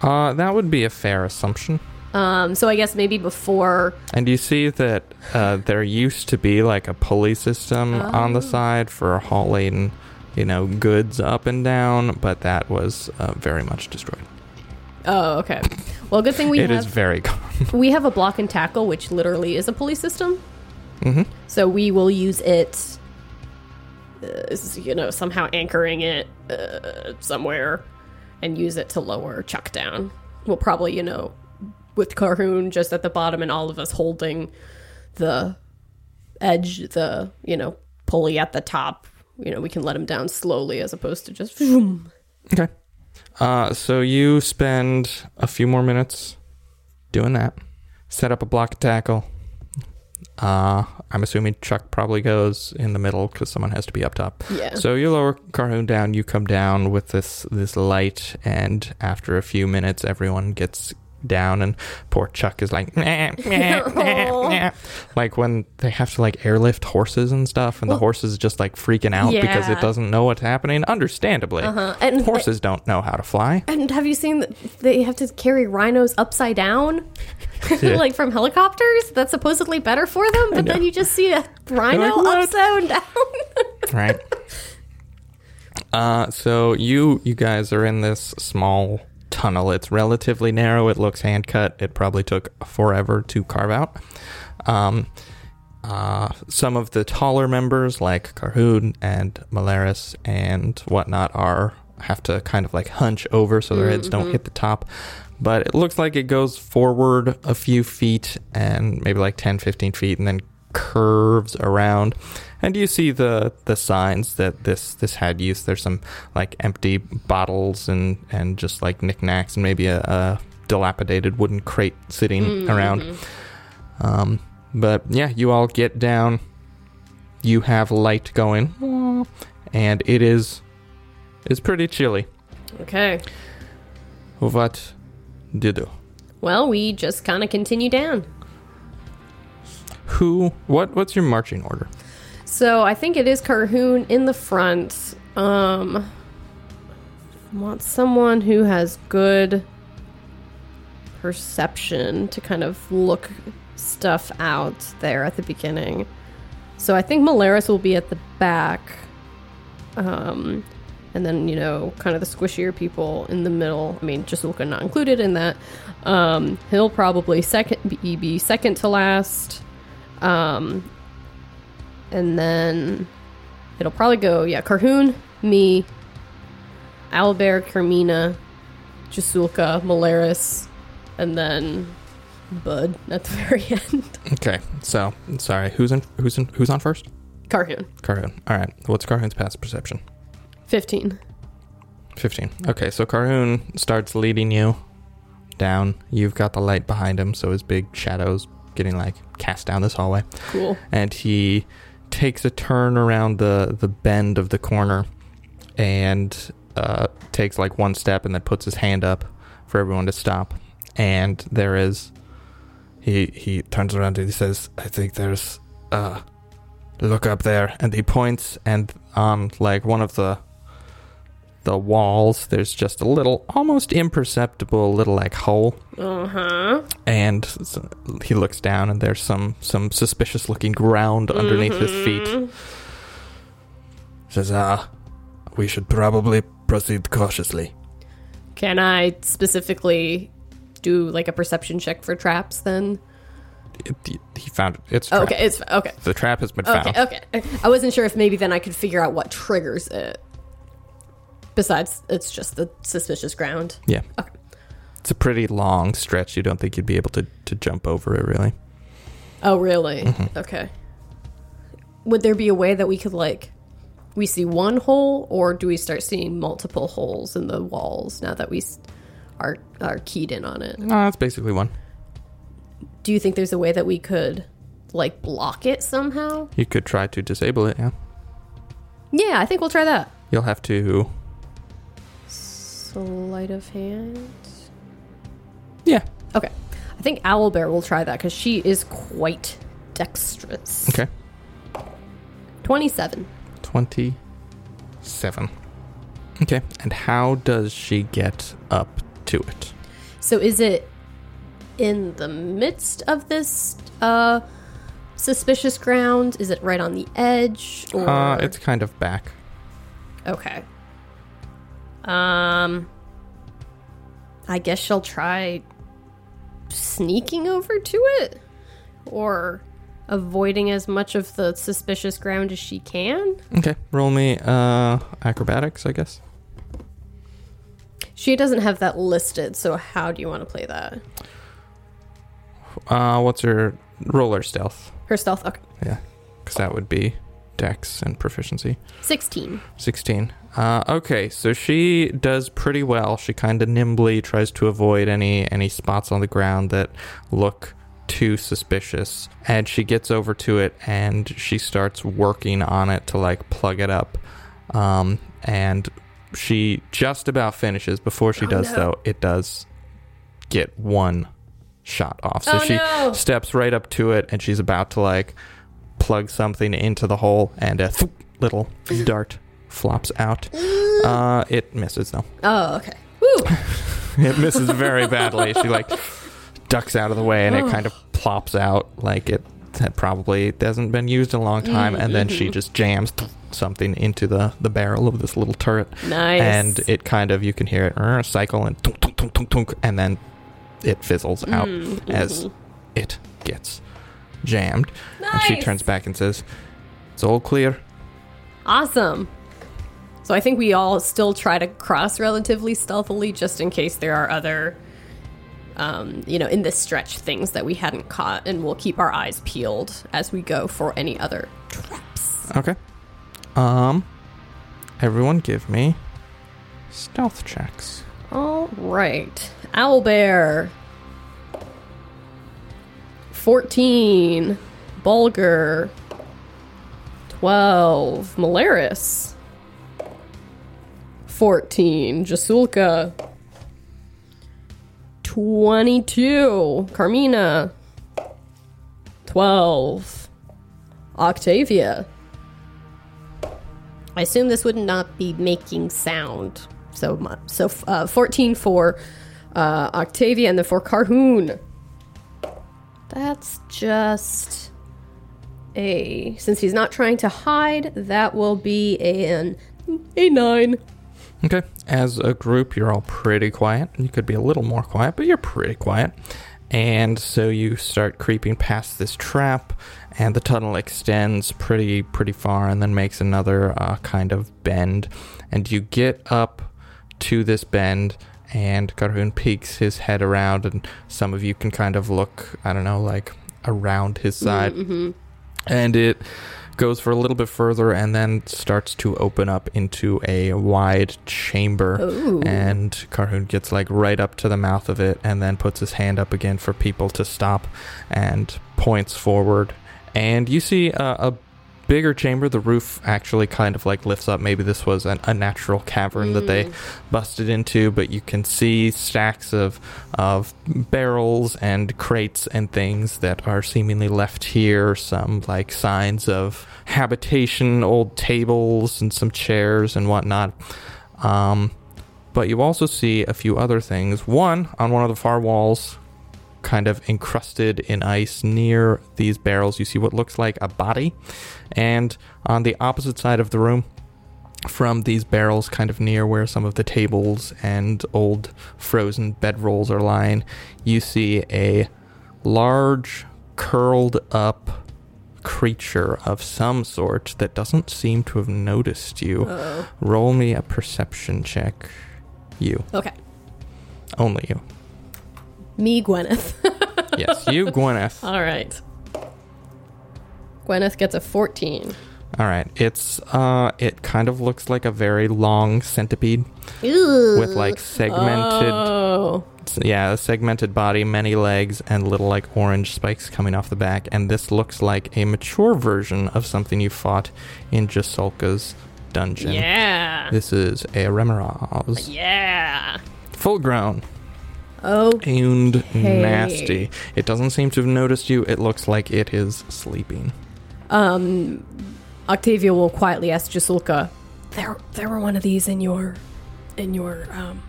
[SPEAKER 1] Uh, that would be a fair assumption.
[SPEAKER 2] Um, so I guess maybe before
[SPEAKER 1] And you see that uh, there used to be like a pulley system on
[SPEAKER 2] Oh.
[SPEAKER 1] the side for hauling, you know, goods up and down, but that was uh, very much destroyed.
[SPEAKER 2] Oh, okay. Well, good thing we
[SPEAKER 1] It is
[SPEAKER 2] have
[SPEAKER 1] very gone.
[SPEAKER 2] we have a block and tackle, which literally is a pulley system.
[SPEAKER 1] hmm
[SPEAKER 2] So we will use it. Uh, s- you know, somehow anchoring it uh, somewhere, and use it to lower Chuck down. We'll probably, you know, with Carhoon just at the bottom and all of us holding the edge, the you know pulley at the top. You know, we can let him down slowly as opposed to just. vroom.
[SPEAKER 1] Okay. Uh, so you spend a few more minutes doing that. Set up a block and tackle. Uh, I'm assuming Chuck probably goes in the middle because someone has to be up top.
[SPEAKER 2] Yeah.
[SPEAKER 1] So you lower Carhoon down, you come down with this this light, and after a few minutes, everyone gets down, and poor Chuck is like, "Meh, meh,
[SPEAKER 2] Oh.
[SPEAKER 1] meh, meh." like when they have to like airlift horses and stuff, and the horse is just like freaking out because
[SPEAKER 2] Yeah.
[SPEAKER 1] it doesn't know what's happening. Understandably,
[SPEAKER 2] Uh-huh. And-
[SPEAKER 1] horses don't know how to fly.
[SPEAKER 2] And have you seen that they have to carry rhinos upside down?
[SPEAKER 1] Yeah.
[SPEAKER 2] like from helicopters? That's supposedly better for them, but then
[SPEAKER 1] know.
[SPEAKER 2] you just see a rhino
[SPEAKER 1] what?
[SPEAKER 2] upside down.
[SPEAKER 1] right? Uh, so you you guys are in this small tunnel. It's relatively narrow. It looks hand cut. It probably took forever to carve out. Um, uh, some of the taller members, like Carhoon and Malaris and whatnot, are have to kind of like hunch over so their heads don't hit the top. But it looks like it goes forward a few feet and maybe like 10, 15 feet and then curves around. And you see the the signs that this this had used. There's some like empty bottles and and just like knickknacks and maybe a, a dilapidated wooden crate sitting around. Um, but yeah, you all get down. You have light going, and it is it's pretty chilly.
[SPEAKER 2] okay.
[SPEAKER 1] What do you do?
[SPEAKER 2] Well, we just kind of continue down.
[SPEAKER 1] Who? What? What's your marching order?
[SPEAKER 2] So I think it is Carhoon in the front. Um, I want someone who has good perception to kind of look stuff out there at the beginning. So I think Malaris will be at the back. Um, and then, you know, kind of the squishier people in the middle. I mean, just looking not included in that. Um, he'll probably second be, be second to last. Um, and then it'll probably go yeah carhoon me albert carmina jasulka malaris and then bud at the very end
[SPEAKER 1] Okay, so sorry. Who's in? Who's in? Who's on first?
[SPEAKER 2] carhoon
[SPEAKER 1] Carhoon. All right. What's Carhoon's past perception?
[SPEAKER 2] 15
[SPEAKER 1] Fifteen. Okay, so Carhoon starts leading you down. You've got the light behind him, so his big shadows getting like cast down this hallway.
[SPEAKER 2] cool
[SPEAKER 1] and he takes a turn around the the bend of the corner and uh, takes like one step and then puts his hand up for everyone to stop. And there is. He he turns around and he says, "I think there's uh, look up there." And he points, and on like one of the the walls, there's just a little, almost imperceptible little like hole
[SPEAKER 2] Uh huh.
[SPEAKER 1] and s- he looks down and there's some some suspicious looking ground underneath his feet
[SPEAKER 2] Mm-hmm.
[SPEAKER 1] says ah we should probably proceed cautiously
[SPEAKER 2] Can I specifically do like a perception check for traps then?
[SPEAKER 1] it, he found it it's
[SPEAKER 2] Oh,
[SPEAKER 1] trap.
[SPEAKER 2] okay, it's okay.
[SPEAKER 1] the trap has been
[SPEAKER 2] Okay,
[SPEAKER 1] found
[SPEAKER 2] okay. I wasn't sure if maybe then I could figure out what triggers it. Besides, it's just the suspicious ground.
[SPEAKER 1] yeah
[SPEAKER 2] Okay.
[SPEAKER 1] it's a pretty long stretch you don't think you'd be able to to jump over it really
[SPEAKER 2] Oh, really? Okay. Would there be a way that we could like we see one hole or do we start seeing multiple holes in the walls now that we s- are are keyed in on it?
[SPEAKER 1] no that's basically one
[SPEAKER 2] Do you think there's a way that we could like block it somehow?
[SPEAKER 1] you could try to disable it yeah
[SPEAKER 2] Yeah, I think we'll try that.
[SPEAKER 1] you'll have to
[SPEAKER 2] Sleight of hand.
[SPEAKER 1] yeah
[SPEAKER 2] Okay. I think Owlbear will try that because she is quite dexterous.
[SPEAKER 1] okay
[SPEAKER 2] 27.
[SPEAKER 1] 27 okay and how does she get up to it
[SPEAKER 2] So is it in the midst of this uh, suspicious ground? Is it right on the edge? Or...
[SPEAKER 1] Uh, it's kind of back.
[SPEAKER 2] Okay. Um, I guess she'll try sneaking over to it or avoiding as much of the suspicious ground as she can.
[SPEAKER 1] Okay, roll me uh, acrobatics, I guess.
[SPEAKER 2] She doesn't have that listed, so how do you want to play that?
[SPEAKER 1] Uh, what's her roller stealth?
[SPEAKER 2] Her stealth. Okay.
[SPEAKER 1] Yeah, because that would be dex and proficiency.
[SPEAKER 2] 16.
[SPEAKER 1] 16. Uh, okay, so she does pretty well. She kind of nimbly tries to avoid any any spots on the ground that look too suspicious, and she gets over to it and she starts working on it to like plug it up, um, and she just about finishes. Before she
[SPEAKER 2] Oh,
[SPEAKER 1] does,
[SPEAKER 2] no.
[SPEAKER 1] though, it does get one shot off. So
[SPEAKER 2] Oh,
[SPEAKER 1] she
[SPEAKER 2] no.
[SPEAKER 1] steps right up to it and she's about to like plug something into the hole and a thwoop little dart flops out. Uh, it misses though.
[SPEAKER 2] Oh, okay. Woo!
[SPEAKER 1] It misses very badly. She like ducks out of the way and it kind of plops out like it had probably hasn't been used in a long time and then
[SPEAKER 2] Mm-hmm.
[SPEAKER 1] she just jams something into the, the barrel of this little turret
[SPEAKER 2] Nice.
[SPEAKER 1] and it kind of you can hear it "Er," cycle and tunk, tunk, tunk, tunk, tunk, and then it fizzles
[SPEAKER 2] Mm-hmm.
[SPEAKER 1] out as it gets jammed. And she
[SPEAKER 2] Nice.
[SPEAKER 1] turns back and says, "It's all clear."
[SPEAKER 2] awesome. So I think we all still try to cross relatively stealthily, just in case there are other, um, you know, in this stretch things that we hadn't caught, and we'll keep our eyes peeled as we go for any other traps.
[SPEAKER 1] Okay. Um, everyone, give me stealth checks.
[SPEAKER 2] All right, Owl Bear. Fourteen, Bulger. Twelve, Malaris. Fourteen, Jasulka. Twenty-two, Carmina. Twelve, Octavia. I assume this would not be making sound so much. So uh, 14 for uh, Octavia and then for Carhoon. That's just a. Since he's not trying to hide, that will be an A9.
[SPEAKER 1] Okay. As a group, you're all pretty quiet. You could be a little more quiet, but you're pretty quiet. And so you start creeping past this trap, and the tunnel extends pretty pretty far, and then makes another uh, kind of bend, and you get up to this bend. And Carhoon peeks his head around, and some of you can kind of look, I don't know, like around his side
[SPEAKER 2] Mm. Mm-hmm.
[SPEAKER 1] and it goes for a little bit further and then starts to open up into a wide chamber
[SPEAKER 2] Ooh.
[SPEAKER 1] and Carhoon gets like right up to the mouth of it and then puts his hand up again for people to stop and points forward and you see a, a bigger chamber, the roof actually kind of like lifts up. Maybe this was an, a natural cavern that they busted into, but you can see stacks of of barrels and crates and things that are seemingly left here. Some like signs of habitation, old tables and some chairs and whatnot. Um, but you also see a few other things. One on one of the far walls, kind of encrusted in ice near these barrels. You see what looks like a body. And on the opposite side of the room, from these barrels, kind of near where some of the tables and old frozen bedrolls are lying, you see a large, curled up creature of some sort that doesn't seem to have noticed you.
[SPEAKER 2] Oh.
[SPEAKER 1] Roll me a perception check. You.
[SPEAKER 2] Okay.
[SPEAKER 1] Only you.
[SPEAKER 2] Me, Gwyneth.
[SPEAKER 1] Yes, you, Gwyneth.
[SPEAKER 2] All right. Gwyneth gets a 14.
[SPEAKER 1] All right. It's uh it kind of looks like a very long centipede
[SPEAKER 2] Ew.
[SPEAKER 1] with like segmented
[SPEAKER 2] Oh.
[SPEAKER 1] yeah, a segmented body, many legs and little like orange spikes coming off the back and this looks like a mature version of something you fought in Jasulka's dungeon.
[SPEAKER 2] Yeah.
[SPEAKER 1] This is a Remoraz.
[SPEAKER 2] Yeah.
[SPEAKER 1] Full grown
[SPEAKER 2] Oh.
[SPEAKER 1] and
[SPEAKER 2] Okay.
[SPEAKER 1] nasty. It doesn't seem to have noticed you. It looks like it is sleeping.
[SPEAKER 2] Um, Octavia will quietly ask Jasulka, "There, there were one of these in your, in your, um,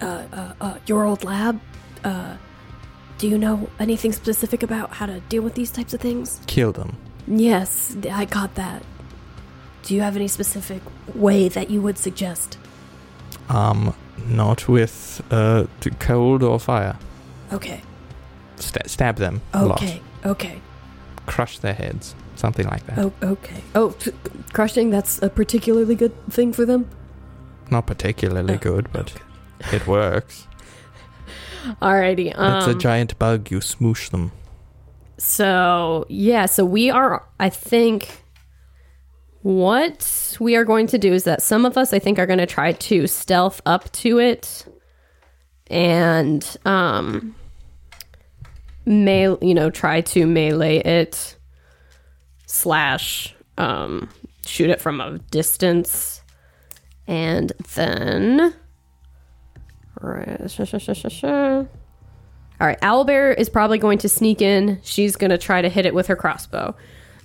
[SPEAKER 2] uh, uh, uh your old lab. Uh, do you know anything specific about how to deal with these types of things?"
[SPEAKER 1] Kill them.
[SPEAKER 2] Yes, I got that. Do you have any specific way that you would suggest?
[SPEAKER 1] Um not with uh t- cold or fire.
[SPEAKER 2] Okay,
[SPEAKER 1] st- stab them a lot,
[SPEAKER 2] okay, okay,
[SPEAKER 1] crush their heads, something like that.
[SPEAKER 2] oh, okay. Oh, t- crushing. That's a particularly good thing for them.
[SPEAKER 1] Not particularly
[SPEAKER 2] Oh,
[SPEAKER 1] good, but it works.
[SPEAKER 2] Alrighty.
[SPEAKER 1] it's a giant bug. You smoosh them.
[SPEAKER 2] So, yeah, so we are, I think, what we are going to do is that some of us, I think, are going to try to stealth up to it and, um, may, you know, try to melee it slash, um, shoot it from a distance. And then, right. All right, Owlbear is probably going to sneak in. She's going to try to hit it with her crossbow.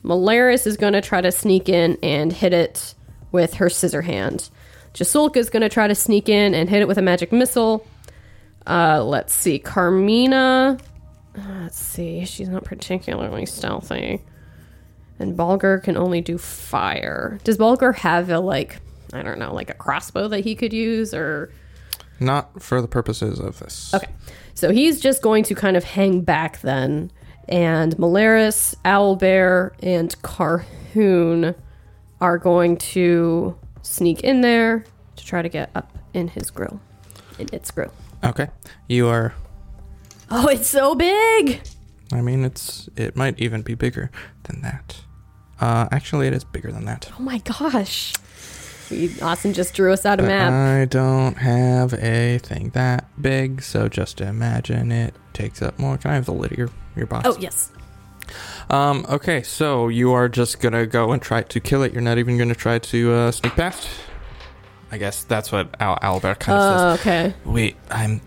[SPEAKER 2] Malaris is going to try to sneak in and hit it with her scissor hand. Jasulka is going to try to sneak in and hit it with a magic missile. Uh, let's see, Carmina. uh, Let's see, she's not particularly stealthy. And Balger can only do fire. Does Balger have a like, I don't know, like a crossbow that he could use or?
[SPEAKER 1] Not for the purposes of this.
[SPEAKER 2] Okay. So he's just going to kind of hang back then. And Malaris, Owlbear, and Carhoon are going to sneak in there to try to get up in his grill. In its grill.
[SPEAKER 1] Okay. You are.
[SPEAKER 2] Oh, it's so big!
[SPEAKER 1] I mean, it's. It might even be bigger than that. Uh, actually, it is bigger than that.
[SPEAKER 2] Oh my gosh. We, Austin just drew us out a
[SPEAKER 1] But
[SPEAKER 2] map.
[SPEAKER 1] I don't have a thing that big, so just imagine it takes up more. Can I have the lid of your, your box?
[SPEAKER 2] Oh, yes.
[SPEAKER 1] Um, okay, so you are just gonna go and try to kill it. You're not even gonna try to uh, sneak past. I guess that's what Al- Albert Uh, kind of
[SPEAKER 2] Oh, okay.
[SPEAKER 1] says. Wait, I'm.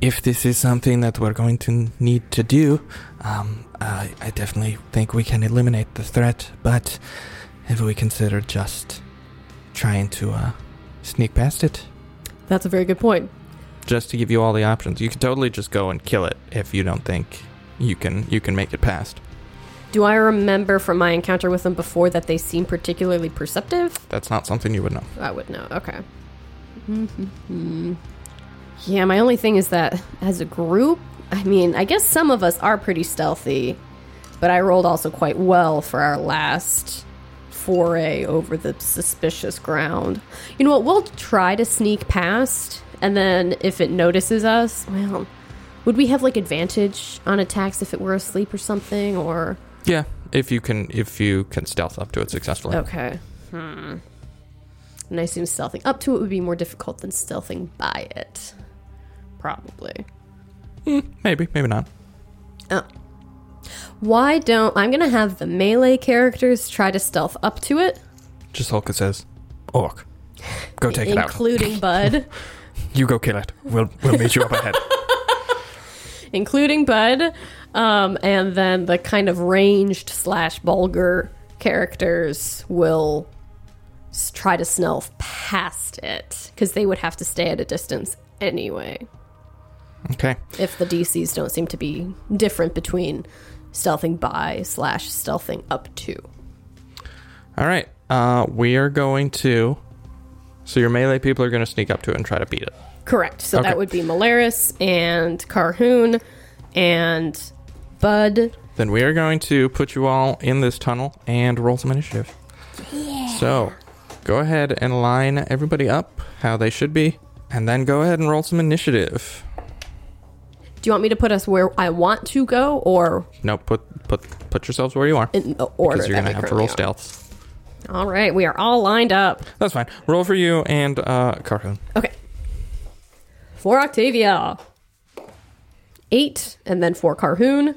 [SPEAKER 1] If this is something that we're going to need to do, um, I I definitely think we can eliminate the threat. But have we considered just trying to uh, sneak past it?
[SPEAKER 2] That's a very good point.
[SPEAKER 1] Just to give you all the options, you could totally just go and kill it if you don't think you can you can make it past.
[SPEAKER 2] Do I remember from my encounter with them before that they seem particularly perceptive?
[SPEAKER 1] That's not something you would know.
[SPEAKER 2] I would know. Okay. yeah, my only thing is that as a group, I mean, I guess some of us are pretty stealthy, but I rolled also quite well for our last foray over the suspicious ground. You know what? We'll try to sneak past, and then if it notices us, well, would we have like advantage on attacks if it were asleep or something? Or
[SPEAKER 1] Yeah, if you can, if you can stealth up to it successfully.
[SPEAKER 2] Okay. Hmm. And I assume stealthing up to it would be more difficult than stealthing by it. Probably.
[SPEAKER 1] Maybe, maybe not.
[SPEAKER 2] Oh. Why don't I'm gonna have the melee characters try to stealth up to it,
[SPEAKER 1] Jisulka says, Orc, go take it out.
[SPEAKER 2] including Bud,
[SPEAKER 1] You go kill it. We'll, we'll meet you up ahead.
[SPEAKER 2] including Bud, um, and then the kind of ranged slash bulger characters will s- try to stealth past it because they would have to stay at a distance anyway.
[SPEAKER 1] Okay.
[SPEAKER 2] If the DCs don't seem to be different between stealthing by slash stealthing up to.
[SPEAKER 1] All right. Uh, we are going to. So your melee people are going to sneak up to it and try to beat it.
[SPEAKER 2] Correct. So
[SPEAKER 1] Okay.
[SPEAKER 2] that would be Malaris and Carhoon and Bud.
[SPEAKER 1] Then we are going to put you all in this tunnel and roll some initiative. So go ahead and line everybody up how they should be, and then go ahead and roll some initiative.
[SPEAKER 2] Do you want me to put us where I want to go or
[SPEAKER 1] No, put put put yourselves where you are.
[SPEAKER 2] in the order?
[SPEAKER 1] because you're
[SPEAKER 2] that
[SPEAKER 1] gonna
[SPEAKER 2] we
[SPEAKER 1] have to
[SPEAKER 2] currently
[SPEAKER 1] roll
[SPEAKER 2] are?
[SPEAKER 1] stealths.
[SPEAKER 2] All right. We are all lined up.
[SPEAKER 1] That's fine. Roll for you and uh Carhoon.
[SPEAKER 2] Okay. For Octavia, eight, and then for Carhoon,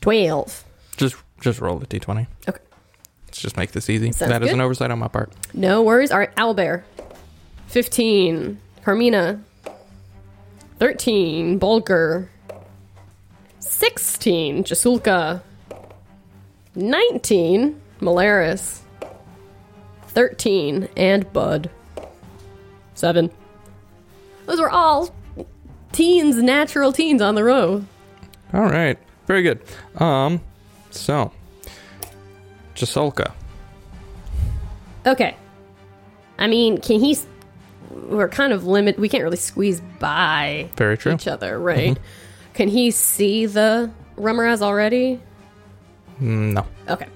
[SPEAKER 2] 12.
[SPEAKER 1] Just just roll the D twenty.
[SPEAKER 2] Okay.
[SPEAKER 1] Let's just make this easy. That
[SPEAKER 2] Sounds
[SPEAKER 1] is
[SPEAKER 2] good.
[SPEAKER 1] an oversight on my part.
[SPEAKER 2] No worries. All right. Owlbear, 15. Carmina, 13. Bulger, 16. Jasulka, 19. Malaris, 13. And Bud, 7. Those were all teens, natural teens on the row.
[SPEAKER 1] All right. Very good. Um so Jasulka.
[SPEAKER 2] Okay. I mean, can he. s- We're kind of limit. We can't really squeeze by.
[SPEAKER 1] Very true. Mm-hmm.
[SPEAKER 2] each other, right? Can he see the Remoraz already?
[SPEAKER 1] Mm, No.
[SPEAKER 2] Okay.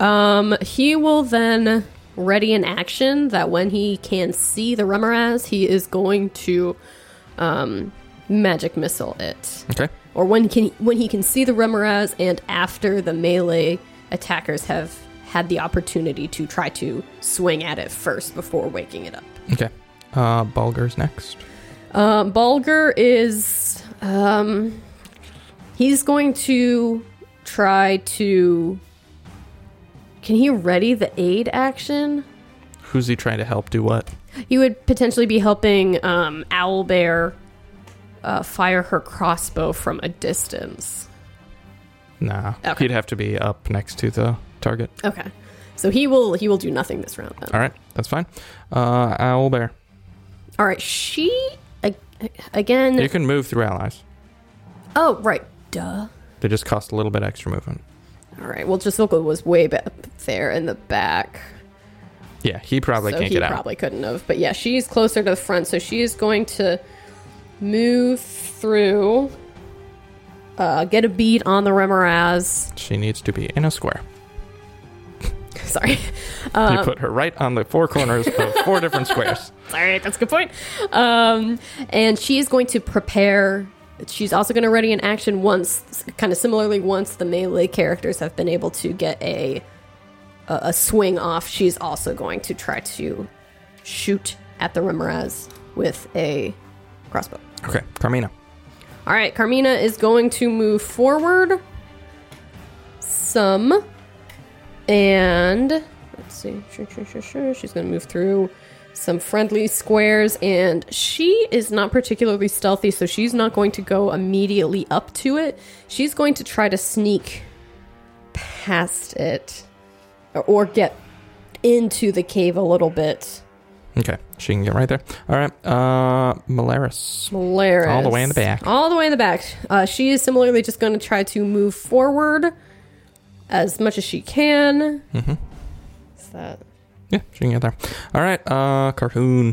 [SPEAKER 2] Um, he will then ready an action that when he can see the Remoraz, he is going to um, magic missile it.
[SPEAKER 1] Okay.
[SPEAKER 2] Or when can when he can see the Remoraz and after the melee attackers have had the opportunity to try to swing at it first before waking it up.
[SPEAKER 1] Okay. Uh Bulger's next.
[SPEAKER 2] Um, Bulger is. Um, he's going to try to. Can he ready the aid action?
[SPEAKER 1] Who's he trying to help do what?
[SPEAKER 2] He would potentially be helping um, Owlbear uh, fire her crossbow from a distance.
[SPEAKER 1] Nah.
[SPEAKER 2] Okay.
[SPEAKER 1] He'd have to be up next to the target.
[SPEAKER 2] Okay. So he will he will do nothing this round then.
[SPEAKER 1] All right. That's fine. Uh Owl Bear.
[SPEAKER 2] All right, she ag- again.
[SPEAKER 1] You can move through allies.
[SPEAKER 2] oh, right. Duh.
[SPEAKER 1] They just cost a little bit extra movement.
[SPEAKER 2] All right. Well, Jasilka was way ba- up there in the back.
[SPEAKER 1] Yeah, he probably
[SPEAKER 2] so
[SPEAKER 1] can't
[SPEAKER 2] he
[SPEAKER 1] get out.
[SPEAKER 2] probably couldn't have. But yeah, she's closer to the front, so she is going to move through, uh, get a beat on the Remoraz.
[SPEAKER 1] She needs to be in a square.
[SPEAKER 2] Sorry, Um,
[SPEAKER 1] you put her right on the four corners of four different squares.
[SPEAKER 2] sorry, that's a good point. Um, and she is going to prepare. She's also going to ready an action once, kind of similarly, once the melee characters have been able to get a a, a swing off. She's also going to try to shoot at the Remoraz with a crossbow.
[SPEAKER 1] Okay, Carmina.
[SPEAKER 2] All right, Carmina is going to move forward some. And let's see. Sure, sure, sure, sure. She's going to move through some friendly squares. And she is not particularly stealthy, so she's not going to go immediately up to it. She's going to try to sneak past it or, or get into the cave a little bit.
[SPEAKER 1] Okay, she can get right there. All right, uh, Malaris.
[SPEAKER 2] Polaris.
[SPEAKER 1] All the way in the back.
[SPEAKER 2] All the way in the back. Uh, she is similarly just going to try to move forward as much as she can. Mm-hmm. Is that
[SPEAKER 1] Yeah, she can get there. All right, uh, Carhoon.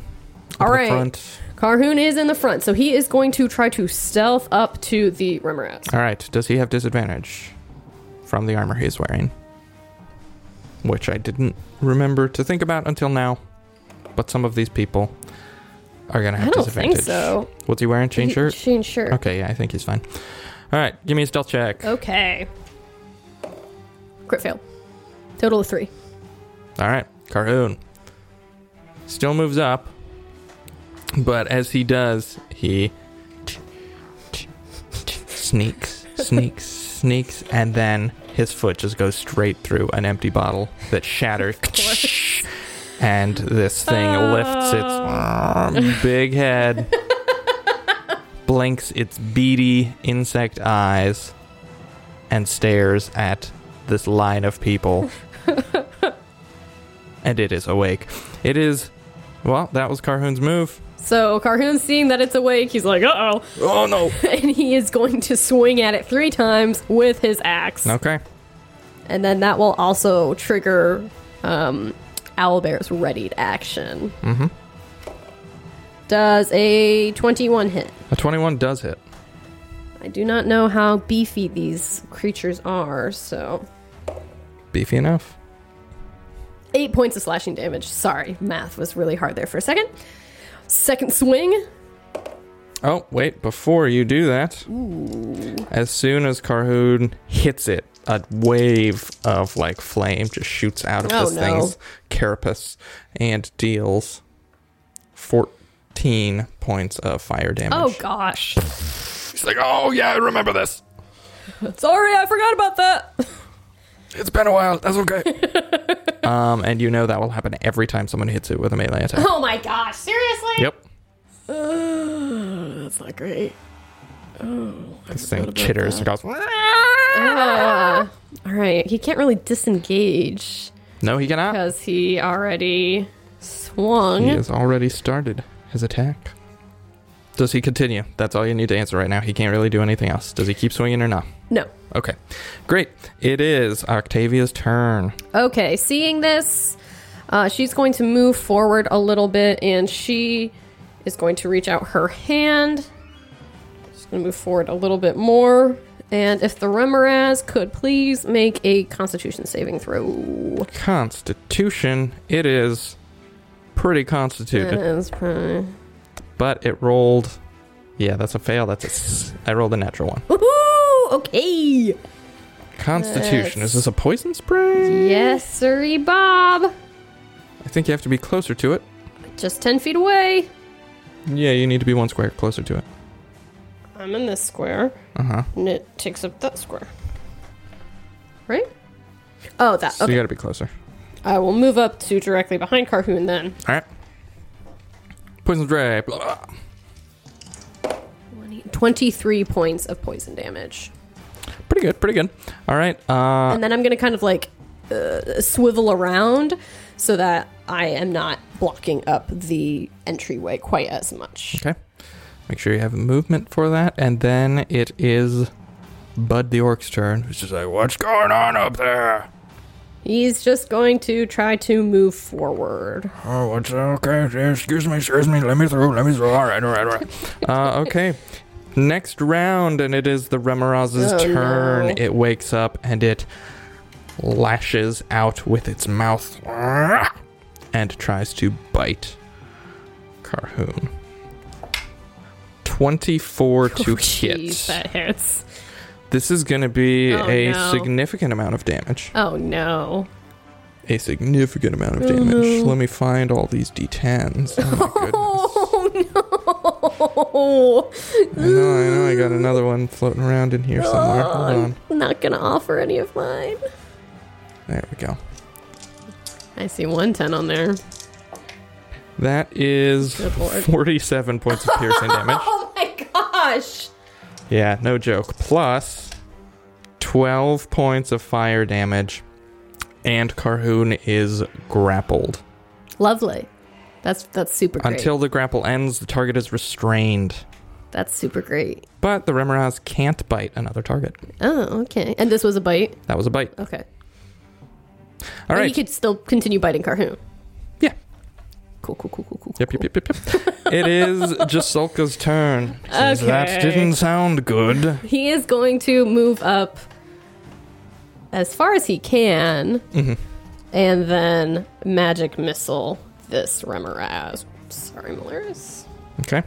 [SPEAKER 1] Up in
[SPEAKER 2] All
[SPEAKER 1] the
[SPEAKER 2] right.
[SPEAKER 1] Front.
[SPEAKER 2] Carhoon is in the front, so he is going to try to stealth up to the Remoras.
[SPEAKER 1] All right, does he have disadvantage from the armor he's wearing? Which I didn't remember to think about until now. But some of these people are going to have
[SPEAKER 2] I don't
[SPEAKER 1] disadvantage.
[SPEAKER 2] think so.
[SPEAKER 1] What's he wearing? Chain
[SPEAKER 2] He-
[SPEAKER 1] shirt?
[SPEAKER 2] Chain shirt. Okay.
[SPEAKER 1] Okay, yeah, I think he's fine. All right, give me a stealth check.
[SPEAKER 2] Crit fail. Total of three.
[SPEAKER 1] All right, Carhoon still moves up, but as he does, he sneaks, sneaks, sneaks, and then his foot just goes straight through an empty bottle that shatters. and this thing lifts its arm, big head, blinks its beady insect eyes, and stares at this line of people. and it is awake. It is. Well, that was Carhoon's move.
[SPEAKER 2] So Carhoon, seeing that it's awake, he's like, "Uh oh,"
[SPEAKER 1] Oh no!
[SPEAKER 2] and he is going to swing at it three times with his axe,
[SPEAKER 1] Okay.
[SPEAKER 2] and then that will also trigger um, Owlbear's readied action. Mm-hmm. Does a twenty-one hit?
[SPEAKER 1] A 21 does hit.
[SPEAKER 2] I do not know how beefy these creatures are, so
[SPEAKER 1] Beefy enough.
[SPEAKER 2] eight points of slashing damage. Sorry, math was really hard there for a second. Second swing.
[SPEAKER 1] Oh, wait, before you do that, as soon as Carhoon hits it, a wave of like flame just shoots out of
[SPEAKER 2] Oh,
[SPEAKER 1] this
[SPEAKER 2] no.
[SPEAKER 1] thing's carapace and deals 14 points of fire
[SPEAKER 2] Oh
[SPEAKER 1] damage.
[SPEAKER 2] gosh.
[SPEAKER 1] She's like, "Oh yeah, I remember this.
[SPEAKER 2] Sorry, I forgot about that.
[SPEAKER 1] It's been a while. That's okay." um, and you know that will happen every time someone hits it with a melee attack.
[SPEAKER 2] Oh my gosh, seriously?
[SPEAKER 1] yep.
[SPEAKER 2] Ugh, that's not great. Oh,
[SPEAKER 1] This thing chitters and goes.
[SPEAKER 2] Ah. all right, he can't really disengage
[SPEAKER 1] No, he cannot.
[SPEAKER 2] because he already swung.
[SPEAKER 1] He has already started his attack. Does he continue? That's all you need to answer right now. He can't really do anything else. Does he keep swinging or not?
[SPEAKER 2] No.
[SPEAKER 1] Okay. Great. It is Octavia's turn.
[SPEAKER 2] Okay, seeing this, uh, she's going to move forward a little bit and she is going to reach out her hand. She's going to move forward a little bit more. And if the Remoraz could please make a constitution saving throw.
[SPEAKER 1] Constitution. It is pretty
[SPEAKER 2] That
[SPEAKER 1] constituted,
[SPEAKER 2] is probably.
[SPEAKER 1] but it rolled. Yeah, that's a fail. That's a. S- I rolled a natural one.
[SPEAKER 2] Woohoo! Okay!
[SPEAKER 1] Constitution. Is
[SPEAKER 2] That's-
[SPEAKER 1] this a poison spray?
[SPEAKER 2] Yes, siree, Bob!
[SPEAKER 1] I think you have to be closer to it.
[SPEAKER 2] Just 10 feet away.
[SPEAKER 1] Yeah, you need to be one square closer to it.
[SPEAKER 2] I'm in this square.
[SPEAKER 1] Uh huh.
[SPEAKER 2] And it takes up that square. Right? Oh, that.
[SPEAKER 1] So you
[SPEAKER 2] Okay.
[SPEAKER 1] got to be closer.
[SPEAKER 2] I will move up to directly behind Carhoon then.
[SPEAKER 1] All right. Poison spray. Blah, blah.
[SPEAKER 2] 23 points of poison damage.
[SPEAKER 1] Pretty good, pretty good. All right. Uh,
[SPEAKER 2] And then I'm going to kind of like uh, swivel around so that I am not blocking up the entryway quite as much.
[SPEAKER 1] okay. Make sure you have movement for that, and then it is Bud the Orc's turn. Who's just like, what's going on up there?
[SPEAKER 2] He's just going to try to move forward.
[SPEAKER 3] Oh, what's okay? yeah, Excuse me, excuse me. Let me through. Let me through. All right, all right, all right.
[SPEAKER 1] Uh, okay. Next round, and it is the Remoraz's
[SPEAKER 2] Oh,
[SPEAKER 1] turn.
[SPEAKER 2] no.
[SPEAKER 1] It wakes up and it lashes out with its mouth and tries to bite Carhoon. 24 to
[SPEAKER 2] Oh,
[SPEAKER 1] hit.
[SPEAKER 2] Jeez, that hurts.
[SPEAKER 1] This is going to be
[SPEAKER 2] Oh,
[SPEAKER 1] a
[SPEAKER 2] no.
[SPEAKER 1] significant amount of damage.
[SPEAKER 2] Oh no.
[SPEAKER 1] A significant amount
[SPEAKER 2] oh,
[SPEAKER 1] of damage. Let me find all these d10s. Oh
[SPEAKER 2] Oh
[SPEAKER 1] my goodness. I know, I know. I got another one floating around in here somewhere. Hold on.
[SPEAKER 2] I'm not going to offer any of mine.
[SPEAKER 1] There we go.
[SPEAKER 2] I see 110 on there.
[SPEAKER 1] That is
[SPEAKER 2] Good lord.
[SPEAKER 1] 47 points of piercing damage.
[SPEAKER 2] Oh my gosh.
[SPEAKER 1] Yeah, no joke. Plus 12 points of fire damage. And Carhoon is grappled.
[SPEAKER 2] Lovely. That's that's super great.
[SPEAKER 1] Until the grapple ends, the target is restrained.
[SPEAKER 2] that's super great.
[SPEAKER 1] But the Remoraz can't bite another target.
[SPEAKER 2] Oh, okay. And this was a bite.
[SPEAKER 1] That was a bite.
[SPEAKER 2] Okay.
[SPEAKER 1] All
[SPEAKER 2] But
[SPEAKER 1] right.
[SPEAKER 2] He could still continue biting Carhoon.
[SPEAKER 1] Yeah.
[SPEAKER 2] Cool, cool, cool, cool, cool.
[SPEAKER 1] Yep, yep, yep, yep, yep. it is Jasulka's turn.
[SPEAKER 3] Says, That
[SPEAKER 2] Okay.
[SPEAKER 3] didn't sound good.
[SPEAKER 2] He is going to move up as far as he can, and then magic missile this Remoraz. Sorry, Malaris.
[SPEAKER 1] Okay.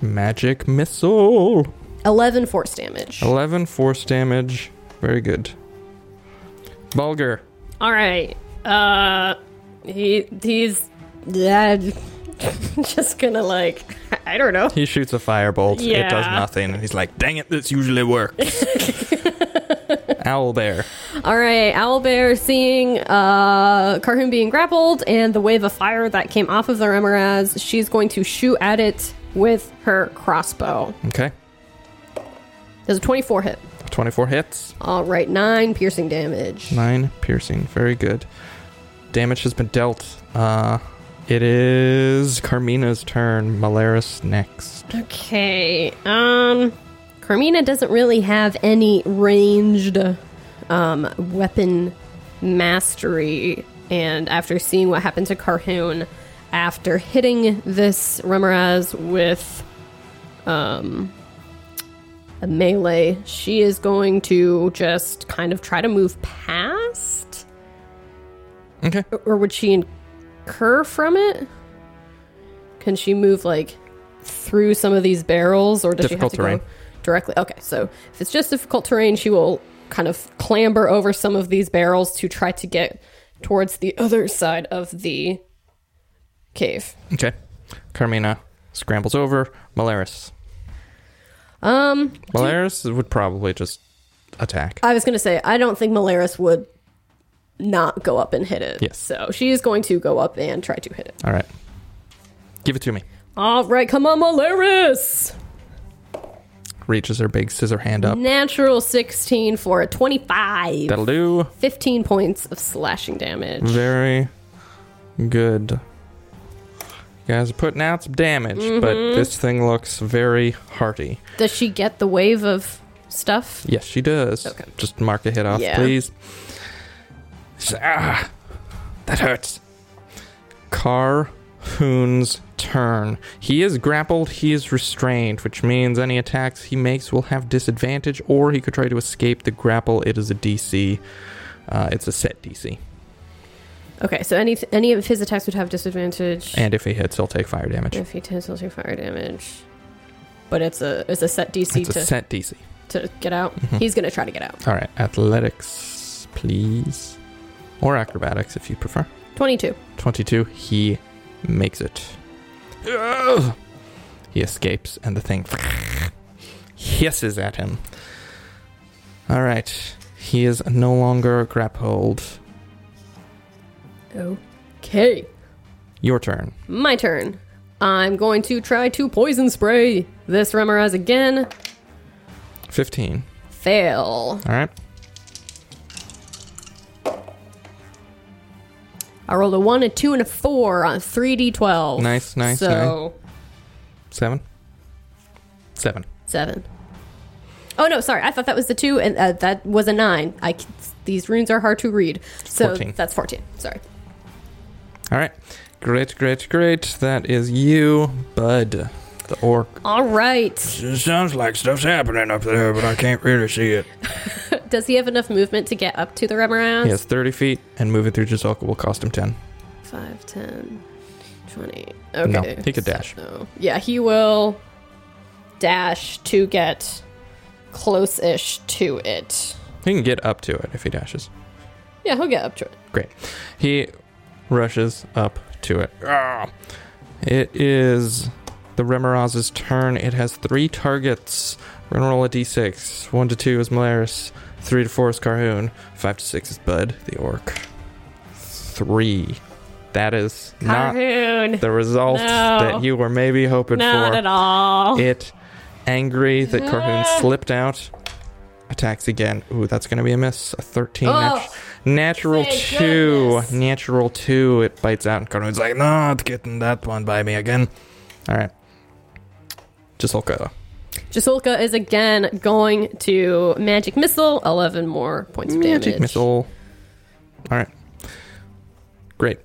[SPEAKER 1] Magic missile.
[SPEAKER 2] Eleven force damage.
[SPEAKER 1] 11 force damage. Very good. Bulger.
[SPEAKER 2] All right. Uh, he he's yeah, just gonna like I don't know.
[SPEAKER 1] He shoots a firebolt. It does
[SPEAKER 2] Yeah.
[SPEAKER 1] nothing, and he's like, "Dang it, this usually works." Owl bear.
[SPEAKER 2] All right, Owlbear seeing uh, Carhoon being grappled and the wave of fire that came off of their Emeraz, she's going to shoot at it with her crossbow.
[SPEAKER 1] Okay,
[SPEAKER 2] There's a 24 hit.
[SPEAKER 1] twenty-four hits,
[SPEAKER 2] All right, nine piercing damage.
[SPEAKER 1] nine piercing. Very good. Damage has been dealt. Uh, it is Carmina's turn. Malaris next.
[SPEAKER 2] Okay. Um, Carmina doesn't really have any ranged um, weapon mastery, and after seeing what happened to Carhoon, after hitting this Remoraz with um, a melee, she is going to just kind of try to move past,
[SPEAKER 1] Okay.
[SPEAKER 2] or would she incur from it? Can she move like through some of these barrels, or does
[SPEAKER 1] Difficult
[SPEAKER 2] she have to
[SPEAKER 1] terrain.
[SPEAKER 2] go directly? Okay, so if it's just difficult terrain, she will kind of clamber over some of these barrels to try to get towards the other side of the cave.
[SPEAKER 1] Okay. Carmina scrambles over. Malaris.
[SPEAKER 2] Um,
[SPEAKER 1] Malaris would probably just attack.
[SPEAKER 4] I was going to say, I don't think Malaris would not go up and hit it.
[SPEAKER 1] Yes.
[SPEAKER 4] So she is going to go up and try to hit it.
[SPEAKER 1] All right. Give it to me.
[SPEAKER 2] all right, come on, Malaris.
[SPEAKER 1] Reaches her big scissor hand up.
[SPEAKER 2] Natural 16 for a 25.
[SPEAKER 1] That'll Mm-hmm. do.
[SPEAKER 2] 15 points of slashing damage.
[SPEAKER 1] Very good. You guys are putting out some damage, but
[SPEAKER 2] Mm-hmm.
[SPEAKER 1] this thing looks very hearty.
[SPEAKER 2] Does she get the wave of stuff?
[SPEAKER 1] Yes, she does.
[SPEAKER 2] Okay.
[SPEAKER 1] Just mark a hit off,
[SPEAKER 2] Yeah.
[SPEAKER 1] please. S- Ah, that hurts. Carhoon's turn. He is grappled, he is restrained, which means any attacks he makes will have disadvantage, or he could try to escape the grapple. It is a DC. Uh, it's a set DC.
[SPEAKER 2] Okay, so any any of his attacks would have disadvantage.
[SPEAKER 1] And if he hits, he'll take fire damage.
[SPEAKER 2] if he takes he'll take fire damage.
[SPEAKER 4] But it's a it's a set DC
[SPEAKER 1] It's
[SPEAKER 4] to,
[SPEAKER 1] a set Mm-hmm. DC.
[SPEAKER 2] To get out.
[SPEAKER 4] He's going to try to get out.
[SPEAKER 1] All right, athletics, please. Or acrobatics if you prefer.
[SPEAKER 2] 22.
[SPEAKER 1] 22, he makes it. Ugh! He escapes, and the thing hisses at him. All right, he is no longer grappled.
[SPEAKER 2] Okay.
[SPEAKER 1] Your turn.
[SPEAKER 2] My turn. I'm going to try to poison spray this Remoraz again.
[SPEAKER 1] 15.
[SPEAKER 2] Fail.
[SPEAKER 1] All right,
[SPEAKER 2] I rolled a 1, a 2, and a 4 on 3d12.
[SPEAKER 1] Nice, nice,
[SPEAKER 2] So,
[SPEAKER 1] 7. 7.
[SPEAKER 2] 7. Oh, no, sorry. I thought that was the 2, and uh, that was a 9. I, c- these runes are hard to read. So,
[SPEAKER 1] 14.
[SPEAKER 2] that's 14. Sorry.
[SPEAKER 1] All right, great, great, great. That is you, Bud, the orc.
[SPEAKER 2] All right.
[SPEAKER 3] It sounds like stuff's happening up there, but I can't really see it.
[SPEAKER 2] Does he have enough movement to get up to the Remoraz?
[SPEAKER 1] He has 30 feet, and moving through Jizelka will cost him 10.
[SPEAKER 2] 5, 10, 20.
[SPEAKER 1] No,
[SPEAKER 2] Okay.
[SPEAKER 1] he could dash.
[SPEAKER 2] So, yeah, he will dash to get close ish to it.
[SPEAKER 1] He can get up to it if he dashes.
[SPEAKER 2] Yeah, he'll get up to it.
[SPEAKER 1] Great. He rushes up to it. Ah. It is the Remoraz's turn. It has three targets. We're gonna roll a d6. One to two is Malaris. Three to four is Carhoon. Five to six is Bud, the orc. Three. That is not
[SPEAKER 2] Carhoon!
[SPEAKER 1] the result
[SPEAKER 2] No.
[SPEAKER 1] that you were maybe hoping
[SPEAKER 2] Not
[SPEAKER 1] for.
[SPEAKER 2] at all.
[SPEAKER 1] It, angry that Carhoon slipped out, attacks again. Ooh, that's going to be a miss. A 13. nat-
[SPEAKER 2] Oh,
[SPEAKER 1] natural
[SPEAKER 2] thank
[SPEAKER 1] 2.
[SPEAKER 2] goodness.
[SPEAKER 1] Natural 2. It bites out, and Carhoon's
[SPEAKER 3] It's
[SPEAKER 1] like,
[SPEAKER 3] like, not getting that one by me again.
[SPEAKER 1] all right. Just Hulk go.
[SPEAKER 2] Jasulka is again going to magic missile. 11 more points of damage.
[SPEAKER 1] Magic missile. All right. Great.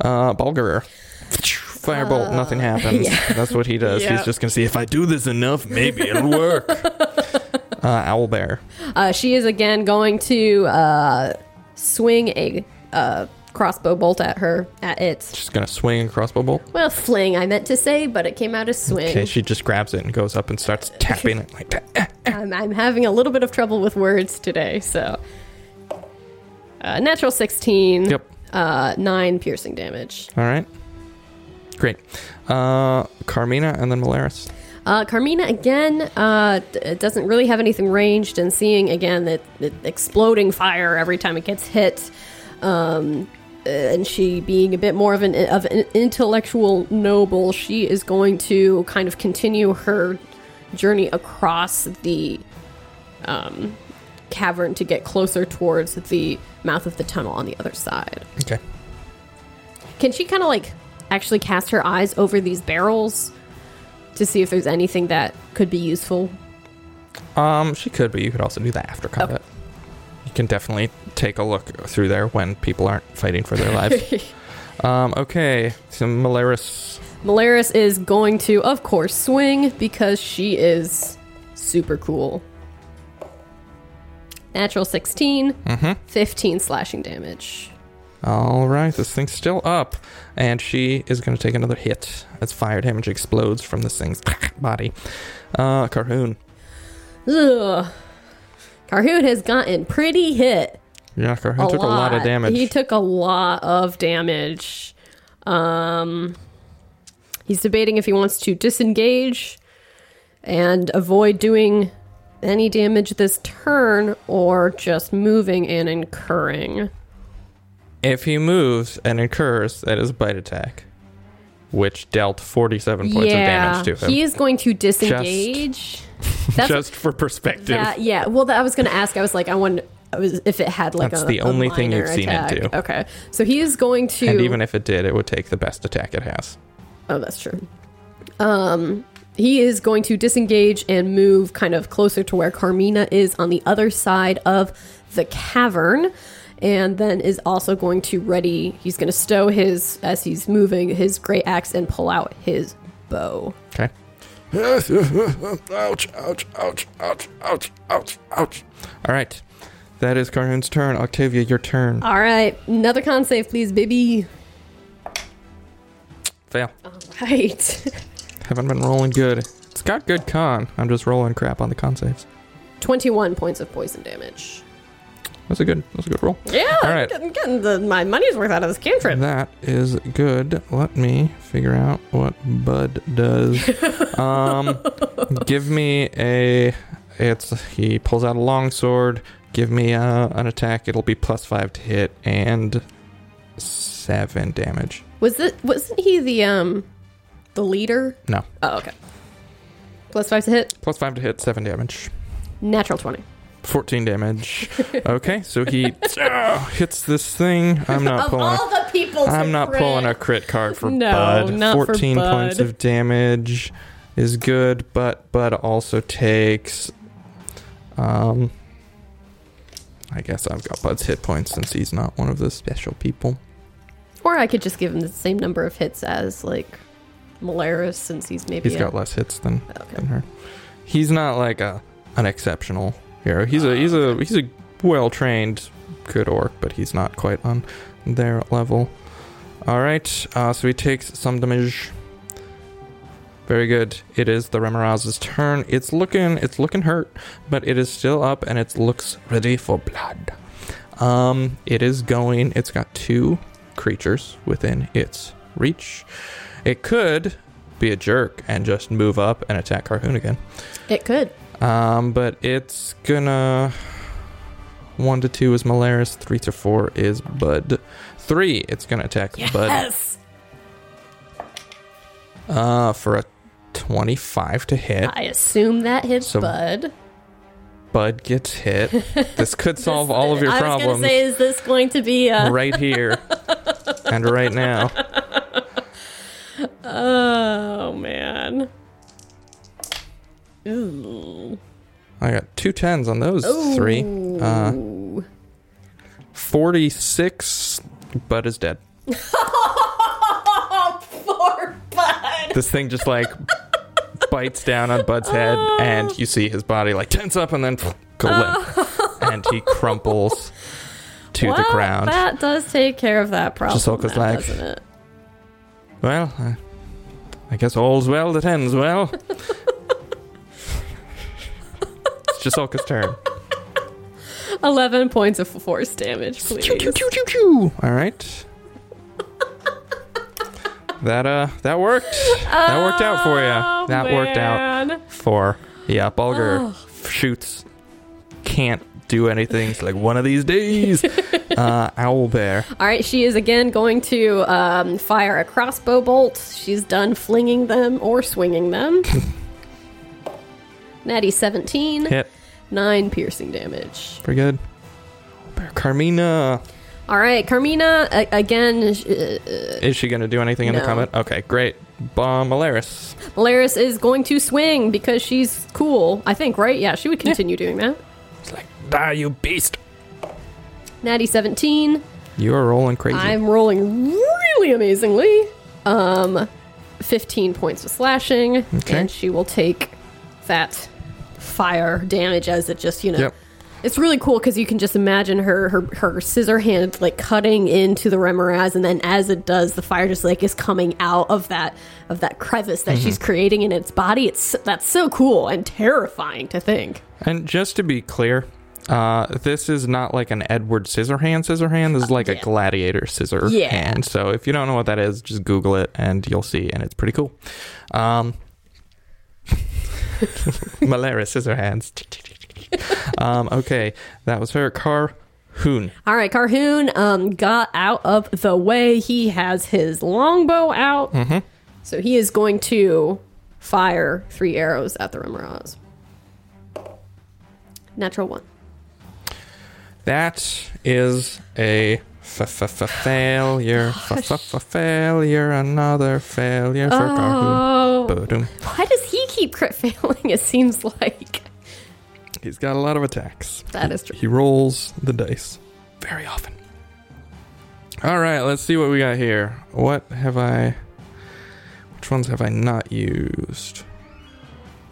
[SPEAKER 1] Uh, Bulgarer. Firebolt. nothing happens. That's what he does.
[SPEAKER 2] Uh, Yeah.
[SPEAKER 1] He's just going to see if I do this enough, maybe it'll work.
[SPEAKER 3] Work.
[SPEAKER 1] Uh, Owlbear.
[SPEAKER 2] Uh, she is again going to uh, swing a uh, crossbow bolt at her, at it.
[SPEAKER 1] Just going to swing a crossbow bolt.
[SPEAKER 2] Well, fling, I meant to say, but it came out as swing.
[SPEAKER 1] Okay, she just grabs it and goes up and starts tapping it like that.
[SPEAKER 2] I'm, Um, I'm having a little bit of trouble with words today, so. Uh, natural 16.
[SPEAKER 1] Yep.
[SPEAKER 2] Uh, 9 piercing damage.
[SPEAKER 1] All right. Great. Uh, Carmina and then Malaris.
[SPEAKER 2] Uh, Carmina again uh, d- it doesn't really have anything ranged, and seeing again that, that exploding fire every time it gets hit, um, uh, and she being a bit more of an of an intellectual noble, she is going to kind of continue her journey across the um, cavern to get closer towards the mouth of the tunnel on the other side.
[SPEAKER 1] Okay.
[SPEAKER 2] Can she kind of like actually cast her eyes over these barrels to see if there's anything that could be useful?
[SPEAKER 1] Um, she could, but you could also do that after combat. You can definitely take a look through there when people aren't fighting for their lives. um, okay, so Malaris.
[SPEAKER 2] Malaris is going to, of course, swing because she is super cool. Natural 16, 15 slashing damage.
[SPEAKER 1] All right, this thing's still up, and she is going to take another hit as fire damage explodes from this thing's body. Uh, Carhoon.
[SPEAKER 2] Ugh. Carhoot has gotten pretty hit.
[SPEAKER 1] Yeah, Carhoon took a lot of damage.
[SPEAKER 2] He took a lot of damage. Um, he's debating if he wants to disengage and avoid doing any damage this turn or just moving and incurring.
[SPEAKER 1] if he moves and incurs, that is bite attack, which dealt 47 points of damage to him.
[SPEAKER 2] he is going to disengage. That's
[SPEAKER 1] Just for perspective.
[SPEAKER 2] that, yeah. Well, that I was going to ask. I was like, I wonder I was, if it had like
[SPEAKER 1] That's
[SPEAKER 2] a,
[SPEAKER 1] the
[SPEAKER 2] a
[SPEAKER 1] only thing
[SPEAKER 2] minor
[SPEAKER 1] you've seen it
[SPEAKER 2] attack.
[SPEAKER 1] do.
[SPEAKER 2] Okay, so he is going to.
[SPEAKER 1] And even if it did, it would take the best attack it has.
[SPEAKER 2] Oh, that's true. Um, he is going to disengage and move kind of closer to where Carmina is on the other side of the cavern, and then is also going to ready. He's going to stow his as he's moving his great axe and pull out his bow.
[SPEAKER 1] Okay.
[SPEAKER 3] ouch, ouch, ouch, ouch, ouch, ouch, ouch.
[SPEAKER 1] All right. That is Carhoon's turn. Octavia, your turn.
[SPEAKER 2] All right, another con save, please, baby.
[SPEAKER 1] Fail.
[SPEAKER 2] Right,
[SPEAKER 1] Haven't been rolling good. It's got good con. I'm just rolling crap on the con saves.
[SPEAKER 2] twenty-one points of poison damage.
[SPEAKER 1] That's a good. That's a good roll.
[SPEAKER 2] Yeah,
[SPEAKER 1] All right.
[SPEAKER 2] getting, getting the, my money's worth out of this cantrip.
[SPEAKER 1] That is good. Let me figure out what Bud does. um, give me a. It's he pulls out a long sword. Give me a, an attack. It'll be plus five to hit and seven damage.
[SPEAKER 2] Was it wasn't he the um the leader?
[SPEAKER 1] No,
[SPEAKER 2] Oh, okay. Plus five to hit.
[SPEAKER 1] plus five to hit, seven damage.
[SPEAKER 2] Natural twenty.
[SPEAKER 1] 14 damage. Okay, so he ah, hits this thing. I'm not pulling.
[SPEAKER 2] the people,
[SPEAKER 1] I'm not pulling a crit card for
[SPEAKER 2] No,
[SPEAKER 1] Bud.
[SPEAKER 2] not for
[SPEAKER 1] 14
[SPEAKER 2] Bud.
[SPEAKER 1] points of damage is good, but Bud also takes um I guess I've got Bud's hit points since he's not one of those special people.
[SPEAKER 2] Or I could just give him the same number of hits as like Malaris, since he's maybe.
[SPEAKER 1] He's
[SPEAKER 2] a-
[SPEAKER 1] got less hits than
[SPEAKER 2] Okay.
[SPEAKER 1] than her. He's not like a an exceptional hero. He's a he's a he's a well trained good orc, but he's not quite on their level. All right, uh, so he takes some damage. Very good. It is the Remoraz's turn. It's looking it's looking hurt, but it is still up and it looks ready for blood. Um, it is going. It's got two creatures within its reach. It could be a jerk and just move up and attack Carhoon again.
[SPEAKER 2] It could.
[SPEAKER 1] Um, but it's gonna. One to two is Malaris. Three to four is Bud. Three, it's gonna attack Bud.
[SPEAKER 2] Yes.
[SPEAKER 1] Uh, for a twenty-five to hit.
[SPEAKER 2] I assume that hits
[SPEAKER 1] So-
[SPEAKER 2] Bud.
[SPEAKER 1] Bud gets hit. This could solve all of your
[SPEAKER 2] I
[SPEAKER 1] problems.
[SPEAKER 2] was gonna say, is this going to be a?
[SPEAKER 1] right here and right now.
[SPEAKER 2] Oh man.
[SPEAKER 1] Uh.
[SPEAKER 2] Ooh.
[SPEAKER 1] I got two tens on those three. Uh,
[SPEAKER 2] Ooh.
[SPEAKER 1] 46, Bud is dead.
[SPEAKER 2] Oh, poor Bud.
[SPEAKER 1] This thing just like bites down on Bud's head, and you see his body like tense up and then go limp. And he crumples to the
[SPEAKER 2] Oh. Well,
[SPEAKER 1] ground.
[SPEAKER 2] That does take care of that problem.
[SPEAKER 1] Jisoka's
[SPEAKER 2] then,
[SPEAKER 1] like-
[SPEAKER 2] doesn't it?
[SPEAKER 1] Well, I, I guess all's well that ends well. it's Jisulka's turn.
[SPEAKER 2] Eleven points of force damage, please.
[SPEAKER 1] All right. that uh, that worked. that worked out for
[SPEAKER 2] Oh,
[SPEAKER 1] you. That worked out for yeah. Bulger shoots, can't do anything. It's like one of these days. uh, owl bear.
[SPEAKER 2] All right, she is again going to um, fire a crossbow bolt. She's done flinging them or swinging them. Natty 17,
[SPEAKER 1] Hit
[SPEAKER 2] 9 piercing damage.
[SPEAKER 1] pretty good. Carmina,
[SPEAKER 2] All right, Carmina, a- again, sh- uh,
[SPEAKER 1] is she gonna do anything in the
[SPEAKER 2] No.
[SPEAKER 1] comment? Okay, great. Bomb Alaris.
[SPEAKER 2] Laris is going to swing because she's cool, I think, right? Yeah, she would continue doing that.
[SPEAKER 1] It's like die, you beast.
[SPEAKER 2] Natty 17,
[SPEAKER 1] You are rolling crazy.
[SPEAKER 2] I'm rolling really amazingly. Um, 15 points of slashing,
[SPEAKER 1] Okay.
[SPEAKER 2] and she will take that fire damage as it just you know.
[SPEAKER 1] Yep.
[SPEAKER 2] It's really cool because you can just imagine her, her her scissor hand like cutting into the remoraz, and then as it does, the fire just like is coming out of that of that crevice that
[SPEAKER 1] Mm-hmm.
[SPEAKER 2] she's creating in its body. It's that's so cool and terrifying to think.
[SPEAKER 1] And just to be clear, uh, this is not like an Edward Scissorhand Scissorhand. This is like a
[SPEAKER 2] yeah.
[SPEAKER 1] gladiator scissor
[SPEAKER 2] Yeah.
[SPEAKER 1] hand. So if you don't know what that is, just Google it and you'll see, and it's pretty cool. Um, Malaria scissor hands. um, okay, that was her. Carhoon.
[SPEAKER 2] All right, Carhoon um, got out of the way. He has his longbow out.
[SPEAKER 1] Mm-hmm.
[SPEAKER 2] So he is going to fire three arrows at the Remoraz. Natural one.
[SPEAKER 1] That is a fa- fa- fa- failure. Fa- fa- fa- failure. Another failure for
[SPEAKER 2] Oh.
[SPEAKER 1] Carhoon. Ba-doom.
[SPEAKER 2] Why does he keep crit failing? It seems like
[SPEAKER 1] He's got a lot of attacks.
[SPEAKER 2] that is true.
[SPEAKER 1] He rolls the dice very often. All right, let's see what we got here. What have I. Which ones have I not used?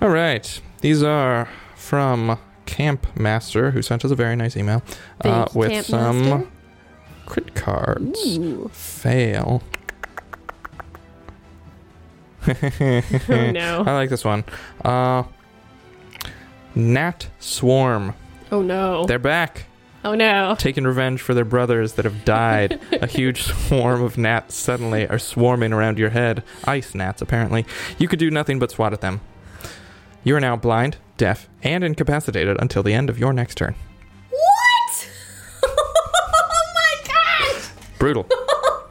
[SPEAKER 1] All right, these are from Camp Master, who sent us a very nice email uh,
[SPEAKER 2] Thank you,
[SPEAKER 1] with
[SPEAKER 2] Camp
[SPEAKER 1] some
[SPEAKER 2] Master.
[SPEAKER 1] crit cards.
[SPEAKER 2] Ooh.
[SPEAKER 1] Fail.
[SPEAKER 2] Oh, no.
[SPEAKER 1] I like this one. Uh, Nat Swarm.
[SPEAKER 2] Oh no.
[SPEAKER 1] They're back.
[SPEAKER 2] Oh no.
[SPEAKER 1] taking revenge for their brothers that have died. a huge swarm of gnats suddenly are swarming around your head. Ice gnats, apparently. You could do nothing but swat at them. You are now blind, deaf, and incapacitated until the end of your next turn.
[SPEAKER 2] What? oh my gosh.
[SPEAKER 1] Brutal.
[SPEAKER 2] Oh,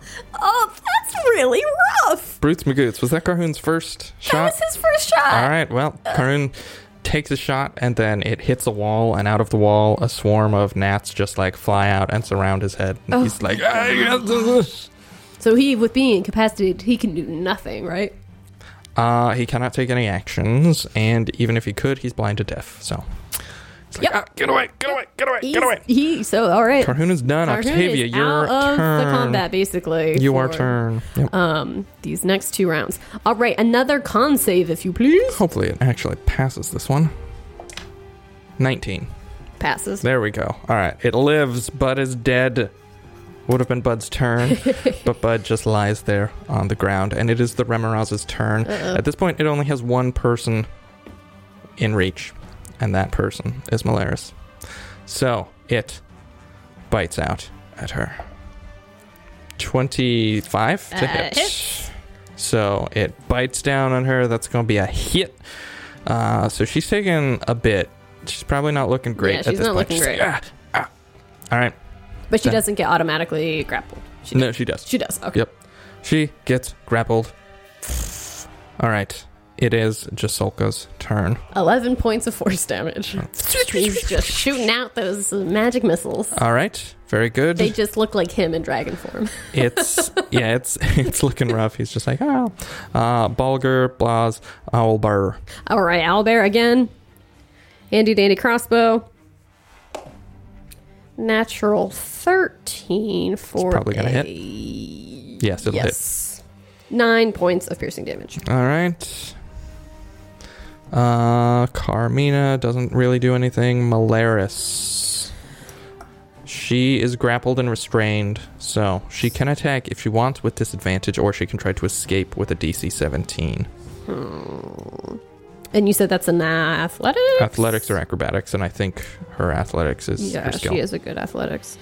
[SPEAKER 2] that's really rough.
[SPEAKER 1] Brutes Magoots. Was that Carhoon's first shot?
[SPEAKER 2] his first shot.
[SPEAKER 1] All right, well, Karun takes a shot and then it hits a wall, and out of the wall, a swarm of gnats just like fly out and surround his head. And he's like, "Ah,
[SPEAKER 2] So he, with being incapacitated, he can do nothing, right?
[SPEAKER 1] Uh, he cannot take any actions, and even if he could, he's blind to deaf. So, it's like,
[SPEAKER 2] Yep.
[SPEAKER 1] "Ah, get away, get away, get away,
[SPEAKER 2] He's-
[SPEAKER 1] get away.
[SPEAKER 2] He so all right.
[SPEAKER 1] Carhoon is done.
[SPEAKER 2] Carhoon
[SPEAKER 1] Octavia,
[SPEAKER 2] is
[SPEAKER 1] your
[SPEAKER 2] out
[SPEAKER 1] turn.
[SPEAKER 2] of the combat, basically.
[SPEAKER 1] You are
[SPEAKER 2] for,
[SPEAKER 1] turn. Yep.
[SPEAKER 2] Um, these next two rounds. All right, another con save, if you please.
[SPEAKER 1] Hopefully, it actually passes this one. 19.
[SPEAKER 2] Passes.
[SPEAKER 1] There we go. All right. It lives. Bud is dead. Would have been Bud's turn, but Bud just lies there on the ground, and it is the Remoraz's turn. At this point, it only has one person in reach, and that person is Malaris. So it bites out at her. 25 to
[SPEAKER 2] That
[SPEAKER 1] hit.
[SPEAKER 2] hits.
[SPEAKER 1] So it bites down on her. That's going to be a hit. Uh, so she's taking a bit. She's probably not looking great
[SPEAKER 2] Yeah,
[SPEAKER 1] at
[SPEAKER 2] she's
[SPEAKER 1] this
[SPEAKER 2] not
[SPEAKER 1] point.
[SPEAKER 2] looking
[SPEAKER 1] She's like,
[SPEAKER 2] great.
[SPEAKER 1] "Ah, ah." All right.
[SPEAKER 2] But she
[SPEAKER 1] That-
[SPEAKER 2] doesn't get automatically grappled. She does.
[SPEAKER 1] No, she does.
[SPEAKER 2] She does. Okay.
[SPEAKER 1] Yep. She gets grappled. All right. It is Jasulka's turn.
[SPEAKER 2] Eleven points of force damage. He's just shooting out those magic missiles.
[SPEAKER 1] All right. Very good.
[SPEAKER 2] They just look like him in dragon form.
[SPEAKER 1] it's yeah, it's it's looking rough. He's just like, "Oh." Uh Balger, Blaz, Owlbar.
[SPEAKER 2] All right, Owlbear again. Andy Dandy crossbow. Natural 13 for
[SPEAKER 1] probably gonna hit.
[SPEAKER 2] a-
[SPEAKER 1] Yes, it'll
[SPEAKER 2] Yes. Nine points of piercing damage.
[SPEAKER 1] hit. All right. Uh Carmina doesn't really do anything. Malaris. She is grappled and restrained, so she can attack if she wants with disadvantage, or she can try to escape with a DC 17.
[SPEAKER 2] Hmm. And you said that's an athletics?
[SPEAKER 1] athletics or acrobatics, and I think her athletics is
[SPEAKER 2] Yeah,
[SPEAKER 1] her skill.
[SPEAKER 2] she is a good athletics.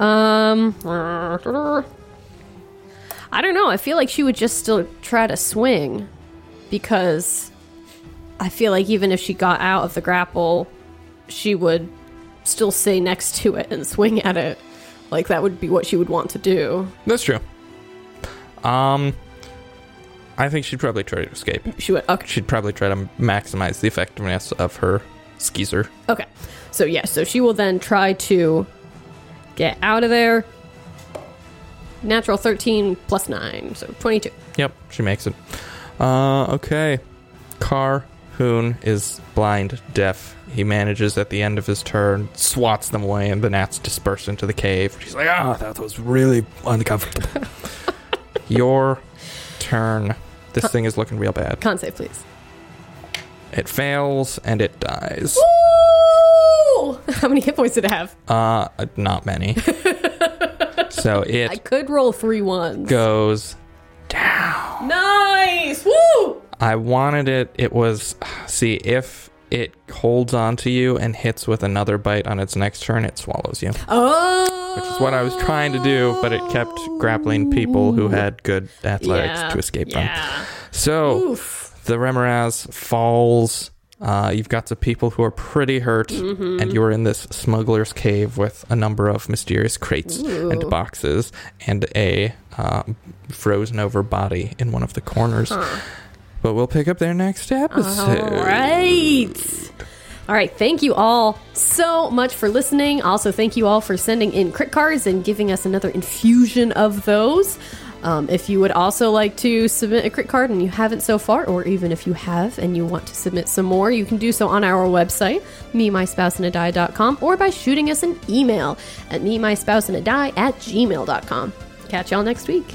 [SPEAKER 2] Um, I don't know. I feel like she would just still try to swing because I feel like even if she got out of the grapple, she would still stay next to it and swing at it. Like that would be what she would want to do.
[SPEAKER 1] That's true. Um, I think she'd probably try to escape.
[SPEAKER 2] She would. Okay.
[SPEAKER 1] She'd probably try to maximize the effectiveness of her skeezer.
[SPEAKER 2] Okay. So yeah, so she will then try to get out of there. Natural 13 plus 9, so 22.
[SPEAKER 1] Yep, she makes it. Uh, okay. Car Hoon is blind, deaf. He manages at the end of his turn, swats them away, and the gnats disperse into the cave. She's like, ah,
[SPEAKER 3] that was really uncomfortable.
[SPEAKER 1] your turn. This thing is looking real bad.
[SPEAKER 2] Can't say please.
[SPEAKER 1] It fails and it dies.
[SPEAKER 2] Ooh! How many hit points did it have?
[SPEAKER 1] Uh, not many. so
[SPEAKER 2] I
[SPEAKER 1] it
[SPEAKER 2] could roll three ones.
[SPEAKER 1] goes.
[SPEAKER 2] Nice! Woo!
[SPEAKER 1] I wanted it. It was. See, if it holds on to you and hits with another bite on its next turn, it swallows you.
[SPEAKER 2] Oh!
[SPEAKER 1] Which is what I was trying to do, but it kept grappling people who had good athletics
[SPEAKER 2] Yeah,
[SPEAKER 1] to escape them.
[SPEAKER 2] yeah.
[SPEAKER 1] So
[SPEAKER 2] Oof.
[SPEAKER 1] the Remoraz falls. Uh, you've got some people who are pretty hurt,
[SPEAKER 2] Mm-hmm.
[SPEAKER 1] and you are in this smuggler's cave with a number of mysterious crates and boxes and a uh, frozen over body in one of the corners. But we'll pick up their next episode.
[SPEAKER 2] All right. All right. Thank you all so much for listening. Also, thank you all for sending in crit cards and giving us another infusion of those. Um, if you would also like to submit a crit card and you haven't so far, or even if you have and you want to submit some more, you can do so on our website, me, my spouse, and a die.com, or by shooting us an email at me, my spouse, and a die at gmail.com. Catch y'all next week.